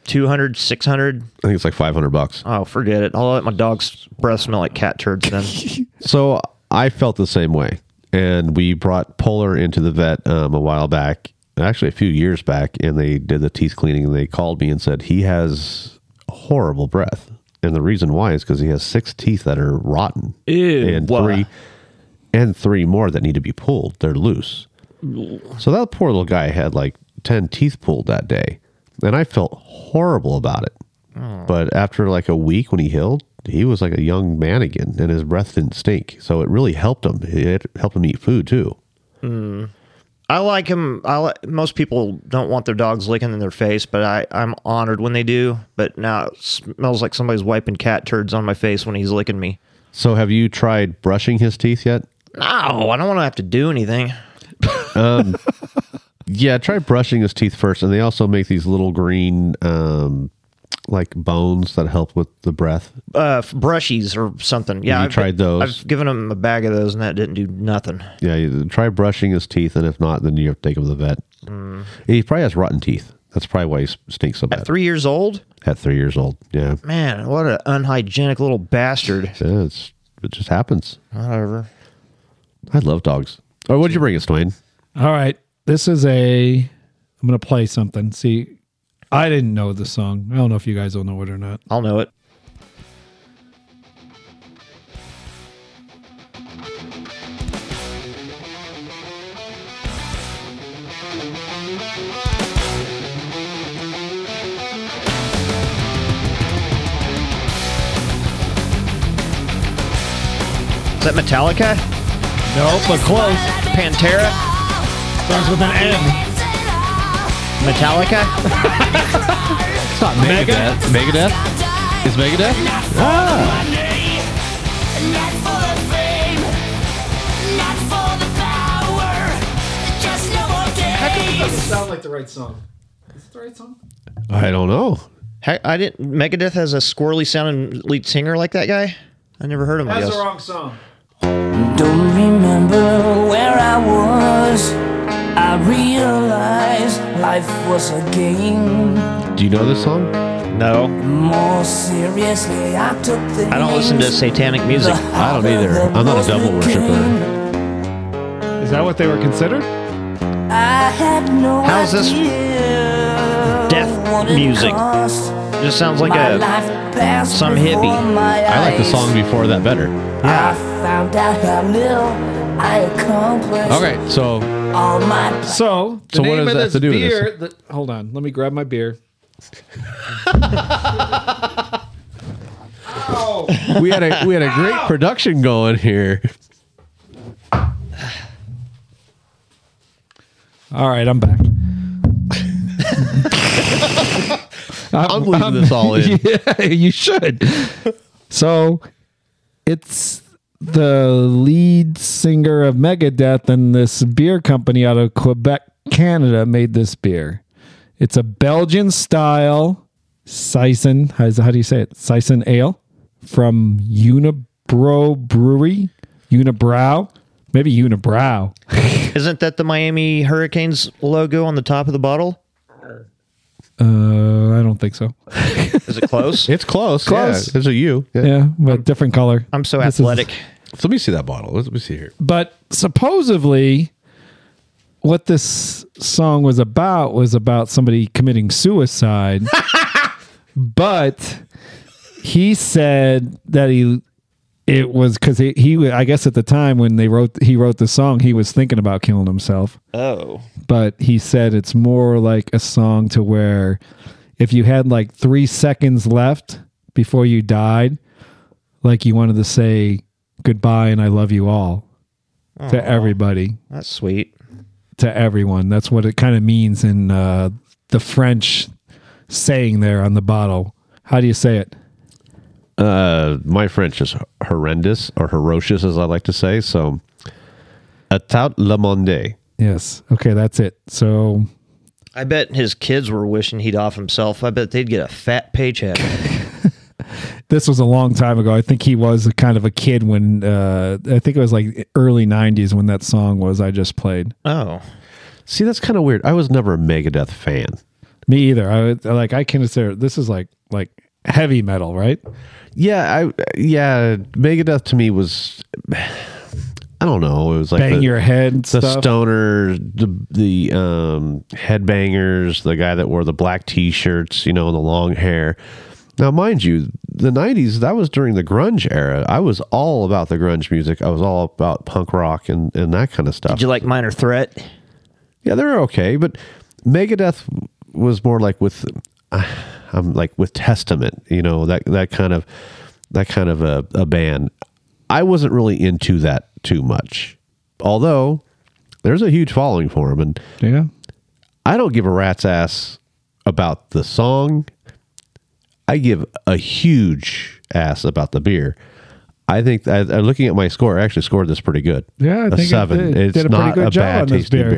C: 200, 600?
B: I think it's like 500 bucks.
C: Oh, forget it. I'll let my dog's breath smell like cat turds then.
B: So I felt the same way, and we brought Polar into the vet um, a while back, actually a few years back, and they did the teeth cleaning, and they called me and said he has horrible breath, and the reason why is because he has six teeth that are rotten, and
C: wha-
B: three, and three more that need to be pulled. They're loose. So that poor little guy had like ten teeth pulled that day, and I felt horrible about it. But after like a week when he healed, he was like a young man again and his breath didn't stink. So it really helped him. It helped him eat food too.
C: I like him. I li- most people don't want their dogs licking in their face, but I, I'm honored when they do. But now it smells like somebody's wiping cat turds on my face when he's licking me.
B: So have you tried brushing his teeth yet?
C: No, I don't want to have to do anything.
B: Yeah, try brushing his teeth first. And they also make these little green um like bones that help with the breath.
C: Uh, f- brushies or something. Yeah,
B: You tried those?
C: I've given him a bag of those, and that didn't do nothing.
B: Yeah, you- try brushing his teeth and if not, then you have to take him to the vet. He probably has rotten teeth. That's probably why he s- stinks so bad.
C: At three years old,
B: At three years old. Yeah.
C: man, what an unhygienic little bastard.
B: Yeah, it's it just happens.
C: Whatever.
B: I love dogs. Oh, what'd you bring us, Dwayne?
D: All right. This is a. I'm going to play something. See, I didn't know this song. I don't know if you guys will know it or not.
C: I'll know it. Is that Metallica?
D: No, but close.
C: Pantera?
D: Starts with an M.
C: Metallica?
B: It's not Megadeth. Megadeth? Is Megadeth?
D: Doesn't sound like the right song. Is it the right song?
B: I don't know.
C: I, I didn't. Megadeth has a squirrely sounding lead singer like that guy. I never heard him. I
D: That's
C: guess.
D: the wrong song.
J: Don't remember where I was. I realized life was a game.
B: Do you know this song?
C: No,
J: More seriously, I took things.
C: I don't listen to satanic music.
B: I don't either. I'm not a devil worshiper.
D: Is that what they were considered?
J: I had no
C: How's this
J: idea
C: death
J: what it
C: music?
J: cost.
C: It just sounds like
J: My
C: a.
J: life passed
C: some
J: before
C: hippie.
J: my
B: I like the
J: eyes.
B: song before that better.
J: I found out how little I accomplished.
B: Okay, so
J: All my
D: So, the
B: So what
D: name
B: does that
D: of this
B: have to do with this?
D: beer, the- hold on, let me grab my beer.
B: we had a we had a great production going here.
D: All right, I'm back.
B: I'm leaving this all in.
D: yeah, you should. So, it's the lead singer of Megadeth and this beer company out of Quebec, Canada, made this beer. It's a Belgian style Sison. How, is- how do you say it? Sison ale from Unibro Brewery, Unibrow, maybe Unibrow.
C: Isn't that the Miami Hurricanes logo on the top of the bottle?
D: Uh, I don't think so.
C: Is it close?
B: It's close.
D: Close.
B: Yeah, there's a U. Yeah.
D: Yeah, but different color.
C: I'm so
D: This is-
C: athletic.
B: So let me see that bottle. Let me see here.
D: but supposedly what this song was about was about somebody committing suicide but he said that he it was because he, he i guess at the time when they wrote he wrote the song he was thinking about killing himself
C: Oh.
D: but he said it's more like a song to where if you had like three seconds left before you died, like you wanted to say goodbye and I love you all to everybody,
C: That's sweet.
D: to everyone. That's what it kind of means in uh, the French saying there on the bottle. How do you say it?
B: Uh, my French is horrendous or ferocious, as I like to say. So, tout le monde.
D: Yes. Okay, that's it. So
C: I bet his kids were wishing he'd off himself. I bet they'd get a fat paycheck.
D: this was a long time ago. I think he was a kind of a kid when uh, I think it was like early '90s when that song was I just played.
C: oh.
B: See, that's kind of weird. I was never a Megadeth fan.
D: Me either. I would- like I consider this is like like heavy metal, right?
B: Yeah, I yeah, Megadeth to me was I don't know. It was like
D: Bang
B: the,
D: your head
B: the
D: stuff.
B: stoner, the the um, headbangers, the guy that wore the black t-shirts, you know, and the long hair. Now, mind you, the '90s that was during the grunge era. I was all about the grunge music. I was all about punk rock and and that kind of stuff.
C: Did you like Minor Threat?
B: Yeah, they're okay, but Megadeth was more like with uh, I'm like with Testament, you know that that kind of that kind of a, a band. I wasn't really into that too much, although there's a huge following for them, and
D: Yeah.
B: I don't give a rat's ass about the song. I give a huge ass about the beer. I think I, I- looking at my score, I actually scored this pretty good.
D: Yeah, I
B: a
D: think it
B: seven.
D: did-
B: it's
D: did a pretty
B: not
D: good
B: a
D: job
B: bad
D: on this
B: tasty beer.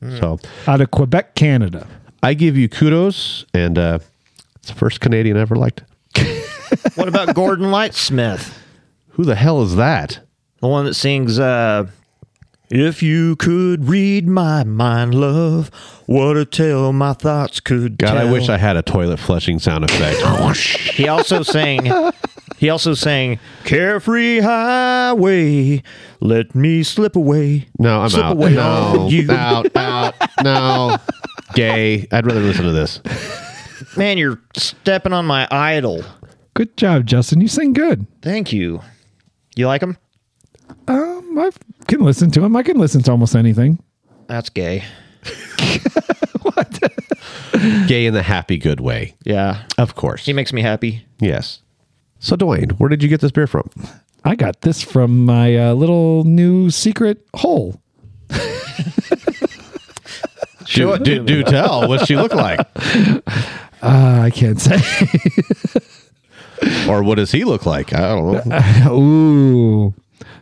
D: beer.
B: So
D: Out of Quebec, Canada.
B: I give you kudos, and uh, it's the first Canadian I ever liked.
C: What about Gordon Lightsmith?
B: Who the hell is that?
C: The one that sings, uh, If you could read my mind, love, what a tale my thoughts could
B: God, I
C: tell."
B: wish I had a toilet flushing sound effect.
C: He also sang. He also sang "Carefree Highway." Let me slip away.
B: no, I'm
C: slip
B: out.
C: Away
B: no,
C: on you.
B: out, out, no. Gay. I'd rather listen to this.
C: Man, you're stepping on my idol.
D: Good job, Justin. You sing good.
C: Thank you. You like him?
D: Um, I can listen to him. I can listen to almost anything.
C: That's gay.
B: Gay in the happy good way,
C: Yeah,
B: of course.
C: he makes me happy.
B: Yes. So, Dwayne, where did you get this beer from?
D: I got this from my uh, little new secret hole.
B: Show do, do, do tell. What's she look like?
D: Uh, I can't say.
B: Or what does he look like? I don't know.
D: Ooh.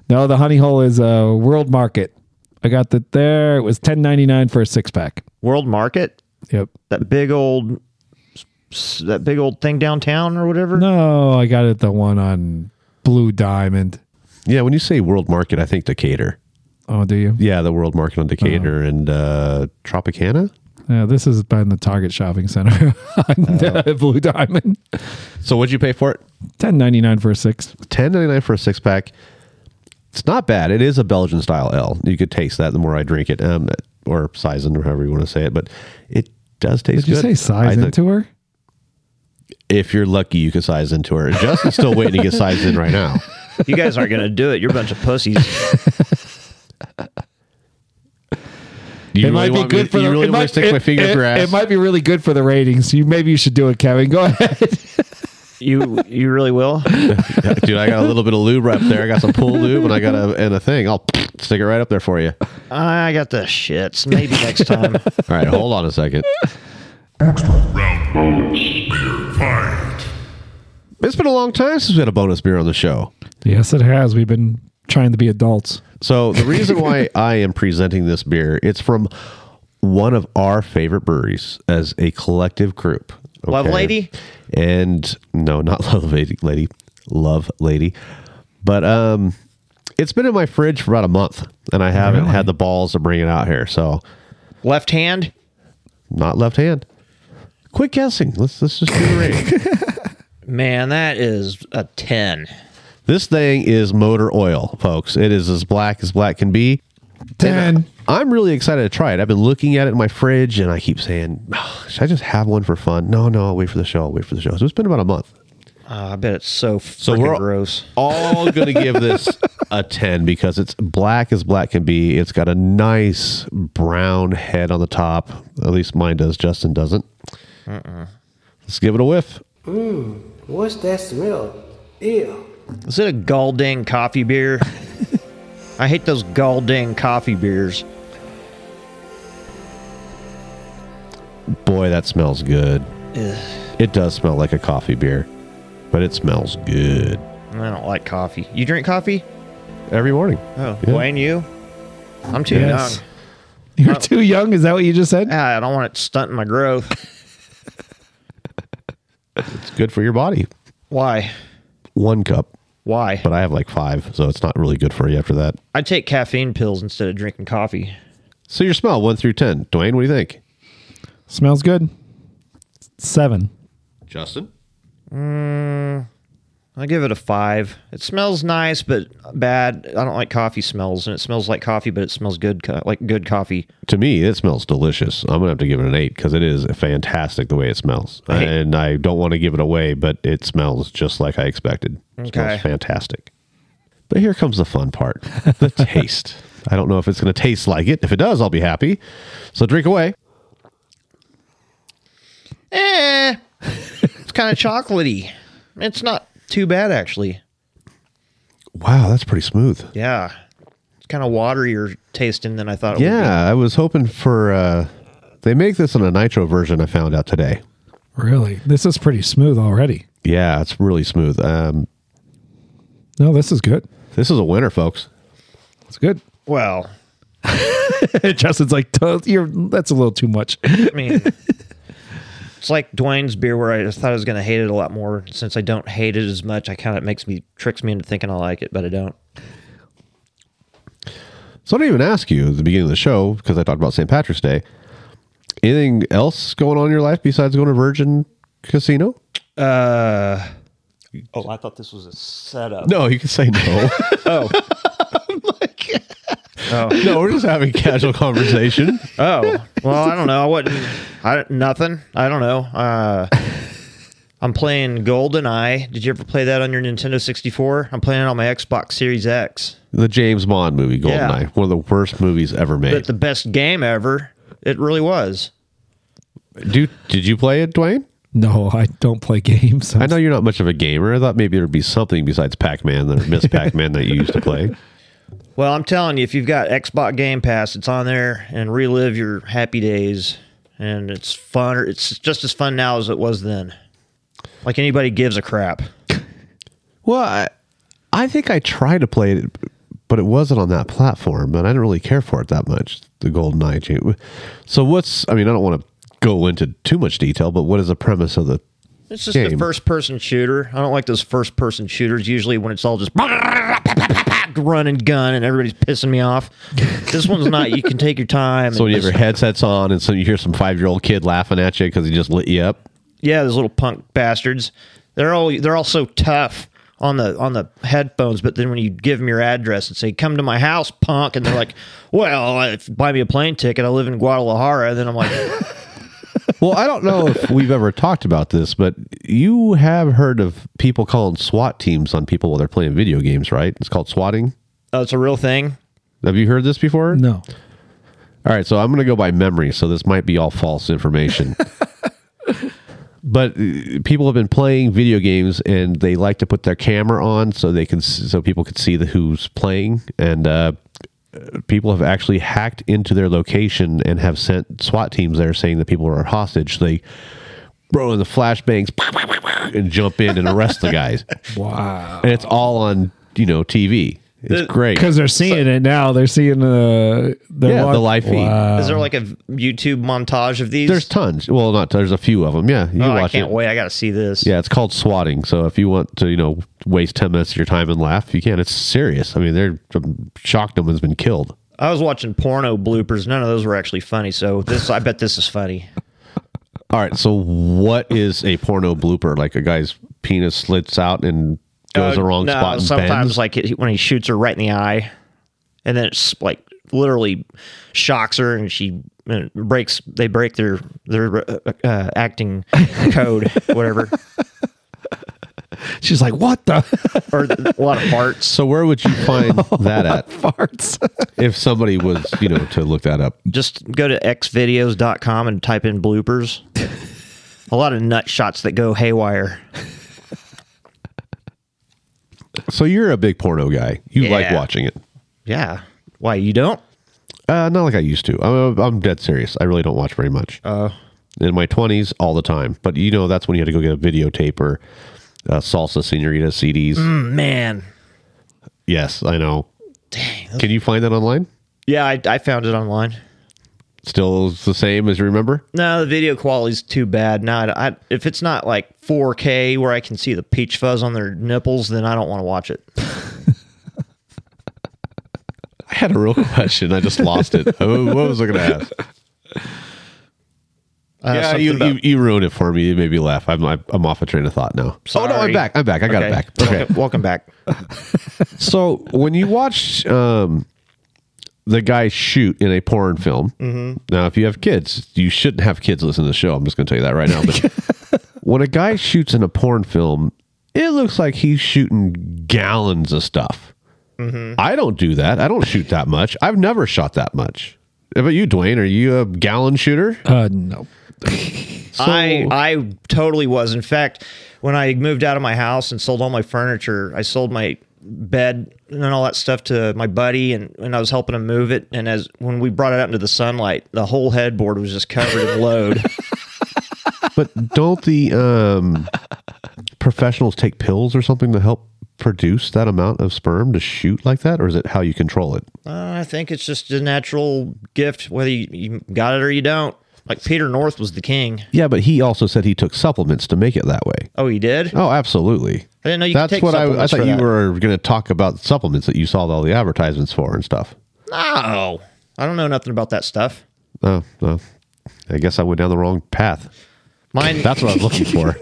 D: No, the honey hole is a uh, world market. I got that there. It was ten ninety nine for a six pack.
C: World Market,
D: Yep.
C: that big old, s- that big old thing downtown or whatever.
D: No, I got it the one on Blue Diamond.
B: Yeah, when you say world market, I think Decatur.
D: Oh, do you?
B: Yeah, the world market on Decatur and uh, Tropicana.
D: Yeah, this is by the Target shopping center on uh, Blue Diamond.
B: So, what'd you pay for it?
D: Ten ninety nine for a six.
B: ten ninety nine for a six pack. It's not bad. It is a Belgian style L. You could taste that the more I drink it, um, or Sizen, or however you want to say it. But it does taste.
D: Did you
B: good.
D: say size
B: I think
D: into her?
B: If you're lucky, you could size into her. Justin's still waiting to get sized in right now.
C: You guys aren't gonna do it. You're a bunch of pussies.
B: Do you
D: it
B: really
D: might be
B: want me-
D: good for
B: you
D: the.
B: really
D: it
B: want me
D: might,
B: to stick my
D: it-
B: finger
D: it-
B: up your ass?
D: It might be really good for the ratings. You maybe you should do it, Kevin. Go ahead.
C: You you really will.
B: Dude, I got a little bit of lube up there. I got some pool lube and I got a and a thing. I'll stick it right up there for you. All
C: I got the shits. Maybe next time.
B: right, hold on a second. It's been a long time since we had a bonus beer on the show.
D: yes, it has. We've been trying to be adults.
B: So the reason why I am presenting this beer, it's from one of our favorite breweries as a collective group.
C: Love Lady?
B: And no, not Love Lady, Lady. Love Lady. But um it's been in my fridge for about a month and I haven't had the balls to bring it out here. So
C: Left hand.
B: not left hand. Quick guessing. Let's let's just do a rating.
C: Man, that is a ten.
B: this thing is motor oil, folks. It is as black as black can be.
D: Ten.
B: I'm really excited to try it. I've been looking at it in my fridge and I keep saying, "Ah, should I just have one for fun? No, no, I'll wait for the show. I'll wait for the show. So it's been about a month.
C: Oh, I bet it's so
B: So
C: freaking
B: we're
C: gross.
B: all going to give this a 10 because it's black as black can be. It's got a nice brown head on the top. At least mine does. Justin doesn't. Let's give it a whiff.
F: What's that smell? Ew.
C: Is it a Galding coffee beer? I hate those Galding coffee beers.
B: Boy, that smells good. It does smell like a coffee beer, but it smells good
C: I don't like coffee. You drink coffee?
B: every morning.
C: Oh,
B: Yeah.
C: Blaine, you? I'm too
D: Yes.
C: young.
D: You're too young. Is that what you just said?
C: Ah, I don't want it stunting my growth.
B: It's good for your body.
C: Why?
B: One cup.
C: Why?
B: but I have like five, so it's not really good for you after that.
C: I take caffeine pills instead of drinking coffee.
B: So your smell one through ten, Dwayne. What do you think,
D: Smells good. Seven.
B: Justin?
C: I give it a five. It smells nice, but bad. I don't like coffee smells, and it smells like coffee, but it smells good, co- like good coffee.
B: To me, it smells delicious. I'm gonna have to give it an eight because it is fantastic the way it smells,
C: Hey.
B: and I don't want to give it away, but it smells just like I expected. It
C: Okay.
B: Smells fantastic. But here comes the fun part: the taste. I don't know if it's gonna taste like it. If it does, I'll be happy. So drink away.
C: Eh, it's kind of chocolatey. It's not too bad actually.
B: Wow, that's pretty smooth.
C: Yeah, it's kind of waterier tasting than I thought. It would
B: Yeah, I was hoping for. uh They make this in a nitro version. I found out today.
D: Really? This is pretty smooth already.
B: Yeah, it's really smooth. Um,
D: No, this is good.
B: this is a winner, folks.
D: It's good.
C: be. Well,
D: Justin's like, "Duh, you're that's a little too much.
C: I mean, it's like Dwayne's beer, where I thought I was going to hate it a lot more. Since I don't hate it as much, I kind of makes me tricks me into thinking I like it, but I don't.
B: So I didn't even ask you at the beginning of the show because I talked about St. Patrick's Day. Anything else going on in your life besides going to Virgin Casino?
C: Oh, I thought this was a setup.
B: No, you can say no.
C: Oh,
B: no, we're just having casual conversation.
C: oh. well, I don't know. I wouldn't. I nothing. I don't know. Uh, I'm playing GoldenEye. Did you ever play that on your Nintendo 64? I'm playing it on my Xbox Series X.
B: The James Bond movie, Goldeneye,
C: Yeah.
B: one of the worst movies ever
C: But
B: made.
C: the best game ever. It really was.
B: Do did you play it, Dwayne?
D: No, I don't play games.
B: I know you're not much of a gamer. I thought maybe there'd be something besides Pac-Man, the Miss Pac-Man that you used to play.
C: Well, I'm telling you, if you've got Xbox Game Pass, it's on there and relive your happy days. And it's fun. It's just as fun now as it was then. Like anybody gives a crap.
B: Well, I, I think I tried to play it, but it wasn't on that platform, and I didn't really care for it that much. The Golden Eye. So what's? I mean, I don't want to go into too much detail, but what is the premise of the?
C: It's just the
B: game?
C: first person shooter. I don't like those first person shooters usually when it's all just run and gun and everybody's pissing me off. This one's not. You can take your time.
B: So
C: and
B: you have your
C: just-
B: headsets on, and so you hear some five-year-old kid laughing at you because he just lit you up.
C: yeah, those little punk bastards. They're all they're all so tough on the on the headphones, but then when you give them your address and say "Come to my house, punk," and they're like, "Well, if you buy me a plane ticket. I live in Guadalajara." then I'm like,
B: Well, I don't know if we've ever talked about this, but you have heard of people calling SWAT teams on people while they're playing video games, right? It's called swatting.
C: "Oh, it's a real thing."
B: Have you heard this before?
D: No.
B: All right, so I'm going to go by memory, so this might be all false information. but uh, people have been playing video games and they like to put their camera on so they can s- so people can see the who's playing and uh people have actually hacked into their location and have sent SWAT teams there saying that people are hostage. They throw in the flashbangs and jump in and arrest the guys.
D: Wow.
B: And it's all on, you know, TV. It's
I: The-
B: great.
D: because they're seeing it now. They're seeing uh, they're
B: Yeah, the live
D: walk-
B: feed.
D: Wow.
C: Is there like a YouTube montage of these?
B: Um, There's tons. Well, not there's a few of them. Yeah, you
C: oh, I
B: watch
C: can't
B: it.
C: wait. I got to see this.
B: Yeah, it's called swatting. So if you want to, you know, waste ten minutes of your time and laugh, you can. It's serious. I mean, they're shocked no one's been killed.
C: I was watching porno bloopers. None of those were actually funny. So this, I bet this is funny.
B: All right. So what is a porno blooper? Like a guy's penis slits out and goes
C: Uh,
B: the wrong
C: no,
B: spot and
C: sometimes
B: bends.
C: like it, when he shoots her right in the eye, and then it's like literally shocks her, and she and it breaks. They break their their uh, uh, acting code, whatever,
D: She's like, what the
C: or a lot of farts.
B: so where would you find
C: Oh.
B: that at
D: farts?
B: if somebody was, you know, to look that up?
C: Just go to xvideos.com and type in bloopers. A lot of nut shots that go haywire.
B: So you're a big porno guy. You like
C: Yeah.
B: watching it.
C: Yeah. Why you don't?
B: Uh, not like I used to. I'm, I'm dead serious. I really don't watch very much. Uh, in my 20s, all the time. But you know, that's when you had to go get a videotape or uh, salsa senorita CDs.
C: Man.
B: Yes, I know. Dang. Can you find that online?
C: Yeah, I, I found it online.
B: Still the same as you remember?
C: No, the video quality's too bad. Now, I, I- if it's not like 4K where I can see the peach fuzz on their nipples, then I don't want to watch it.
B: I had a real question. I just lost it. Oh, what was I going to ask?
C: Uh,
B: yeah,
C: something
B: you,
C: about-
B: you, you ruined it for me. You made me laugh. I'm, I'm I'm off a train of thought now. Oh, no, I'm
C: Sorry.
B: back. I'm back. I got
C: Okay.
B: it back. Okay.
C: Welcome, welcome back.
B: So when you watch um, the guy shoot in a porn film, now if you have kids, you shouldn't have kids listen to the show. I'm just going to tell you that right now. But when a guy shoots in a porn film, it looks like he's shooting gallons of stuff. I don't do that. I don't shoot that much. I've never shot that much. How about you, Dwayne? Are you a gallon shooter?
D: Uh, no.
C: I I totally was. In fact, when I moved out of my house and sold all my furniture, I sold my bed and all that stuff to my buddy, and, and I was helping him move it. And as when we brought it out into the sunlight, the whole headboard was just covered in load.
B: But don't the um, professionals take pills or something to help produce that amount of sperm to shoot like that, or is it how you control it?
C: Uh, I think it's just a natural gift, whether you, you got it or you don't. Like Peter North was the king.
B: Yeah, but he also said he took supplements to make it that way.
C: Oh, he did.
B: Oh, absolutely.
C: I didn't know you could
B: That's
C: take
B: what I, I
C: supplements
B: thought
C: for
B: you
C: that.
B: were going to talk about supplements that you saw all the advertisements for and stuff.
C: No, I don't know nothing about that stuff.
B: Oh, well, I guess I went down the wrong path.
C: Mine.
B: That's what I was looking for.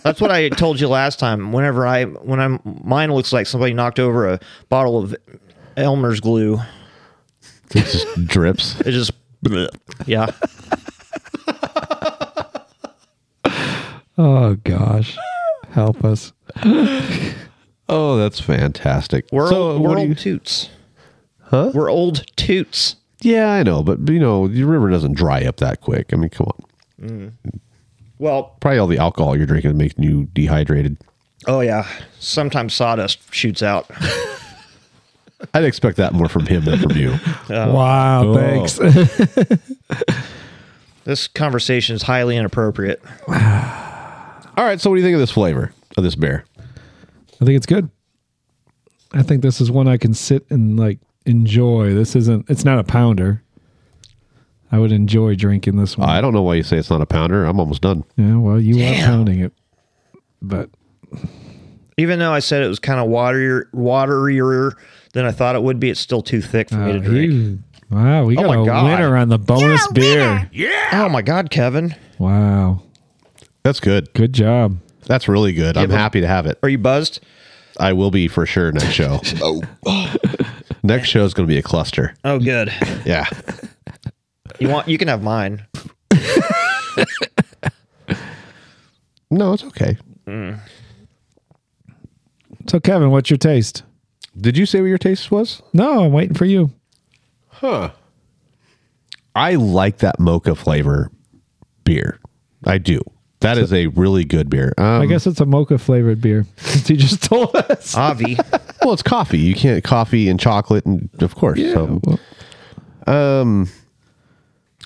C: That's what I told you last time. Whenever I when I'm mine looks like somebody knocked over a bottle of Elmer's glue.
B: it just drips.
C: It just yeah.
D: Oh gosh, help us.
B: Oh, that's fantastic.
C: We're
B: So,
C: old,
B: what
C: we're
B: do
C: old
B: you-
C: toots. Huh? We're old toots.
B: yeah, I know, but you know, the river doesn't dry up that quick. I mean, come on.
C: Well,
B: Probably all the alcohol you're drinking making you dehydrated.
C: oh yeah. Sometimes sawdust shoots out.
B: I'd expect that more from him than from you.
D: wow, thanks.
C: This conversation is highly inappropriate.
B: All right, so what do you think of this flavor of this beer?
D: I think it's good. I think this is one I can sit and like enjoy. This isn't. It's not a pounder. I would enjoy drinking this one.
B: I don't know why you say it's not a pounder. I'm almost done.
D: yeah, well, you are pounding it, but
C: Even though I said it was kind of waterier, waterier than I thought it would be, it's still too thick for me
B: Oh,
D: uh,
C: to drink.
D: you- wow, we
C: Oh
D: got
C: my
D: a
C: God.
D: winner on the bonus beer.
C: Oh my God, Kevin,
D: Wow,
B: That's good.
D: good job.
B: That's really good. I'm
C: but-
B: happy to have it.
C: are you buzzed?
B: I will be for sure next show. Oh. next show is going to be a cluster.
C: Oh, good.
B: Yeah.
C: You want? You can have mine.
B: No, it's okay.
D: So, Kevin, what's your taste?
B: Did you say what your taste was?
D: No, I'm waiting for you.
B: I like that mocha flavor beer. I do. That is a really good beer. Um,
D: I guess it's a mocha flavored beer. Since you just told us.
C: Avi.
B: Well, it's coffee. You can't coffee and chocolate, and of course. So Um,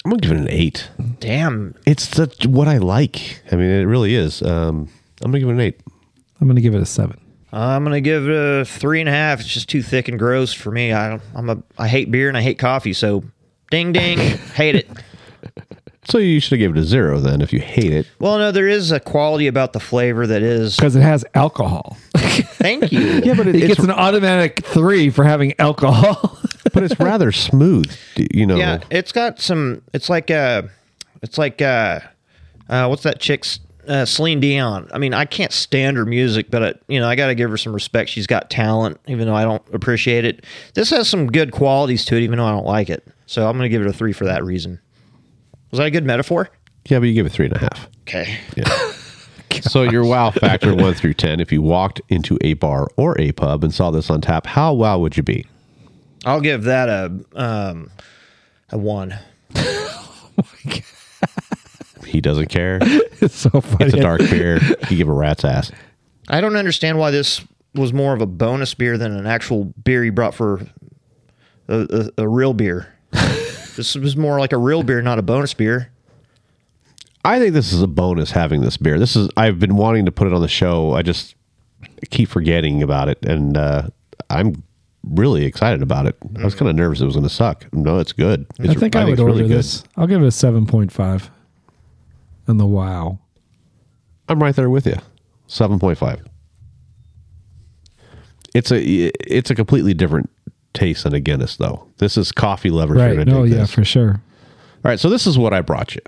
D: Well,
B: I'm gonna give it an eight.
C: Damn.
B: It's the, what I like. I mean, it really is. Um, I'm gonna give it an eight.
D: I'm going to give it a seven.
C: I'm gonna give it a three and a half. It's just too thick and gross for me. I don't. I'm a. I hate beer and I hate coffee. So, ding ding, hate it.
B: So you should have given it a zero then if you hate it.
C: Well, no, there is a quality about the flavor that is.
D: because it has alcohol.
C: Thank you.
B: Yeah, but
D: It gets an automatic three for having alcohol.
B: but it's rather smooth, d- you know.
C: Yeah, it's got some. It's like uh it's like uh, uh what's that chick's uh, Celine Dion. I mean, I can't stand her music, but I, you know, I got to give her some respect. She's got talent, even though I don't appreciate it. This has some good qualities to it, even though I don't like it. So I'm going to give it a three for that reason. Was that a good metaphor?
B: Yeah, but you give it three and a half.
C: Okay.
B: So your wow factor one through ten. If you walked into a bar or a pub and saw this on tap, how wow would you be?
C: I'll give that a um a one.
B: He doesn't care.
D: it's so funny.
B: It's a dark beer. He give a rat's ass.
C: I don't understand why this was more of a bonus beer than an actual beer you brought for a, a, a real beer. this was more like a real beer, not a bonus beer.
B: I think this is a bonus having this beer. This is I've been wanting to put it on the show. I just keep forgetting about it, and uh, I'm really excited about it. I was kind of nervous it was going to suck. No, it's good. It's,
D: I think I, would
B: it's
D: order this. I'll give it a seven point five. And the wow.
B: I'm right there with you. Seven point five. It's a it's a completely different taste than a Guinness, though. This is coffee lovers. are
D: Right.
B: gonna
D: No,
B: dig
D: yeah,
B: this.
D: for sure.
B: All right, so this is what I brought you.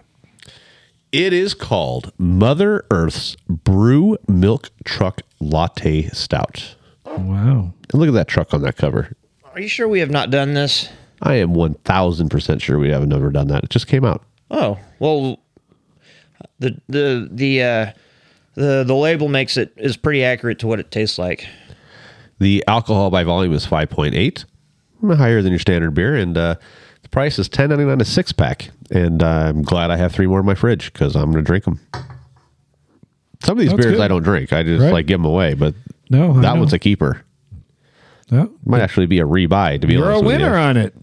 B: It is called Mother Earth's Brew Milk Truck Latte Stout.
D: Wow.
B: And look at that truck on that cover.
C: Are you sure we have not done this?
B: I am 1000% sure we haven't ever done that. It just came out.
C: Oh well, the the the uh, the the label makes it is pretty accurate to what it tastes like.
B: The alcohol by volume is 5.8, mm, higher than your standard beer. And uh, the price is 10.99 a six pack. And uh, I'm glad I have three more in my fridge because I'm going to drink them. Some of these
D: That's
B: beers
D: good.
B: I don't drink. I just
D: Right.
B: like give them away. But
D: No, I
B: that
D: know.
B: one's a keeper.
D: Yeah.
B: Might actually be a rebuy, to be
D: You're a
B: honest with you.
D: winner on it.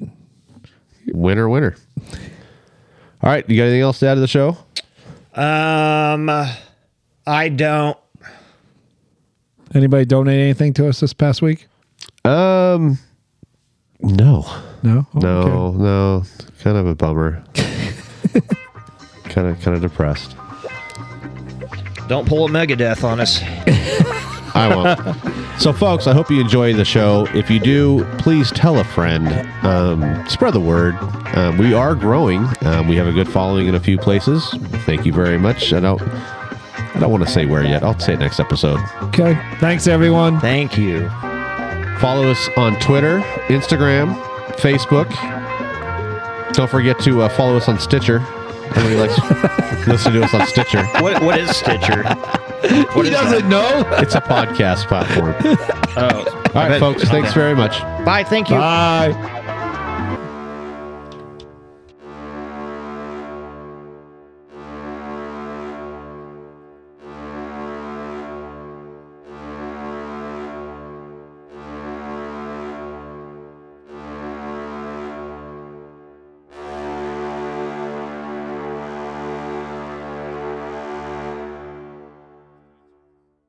B: Winner, winner. All right, you got anything else to add to the show?
C: Um, I don't.
D: Anybody donate anything to us this past week?
B: Um, no,
D: No. Oh,
B: no,
D: okay.
B: no. Kind of a bummer. kind of, kind of depressed.
C: Don't pull a Megadeth on us.
B: I won't. so, folks, I hope you enjoy the show. If you do, please tell a friend. Um, spread the word. Um, we are growing. Um, we have a good following in a few places. Thank you very much. I don't. I don't want to say where yet. I'll say it next episode.
D: Okay. Thanks everyone.
C: Thank you.
B: Follow us on Twitter, Instagram, Facebook. Don't forget to uh, follow us on Stitcher. Everybody likes to listen to us on Stitcher.
C: What what is Stitcher?
D: he doesn't know.
B: It's a podcast platform. All right, folks. Thanks very much.
C: Bye. Thank you.
D: Bye.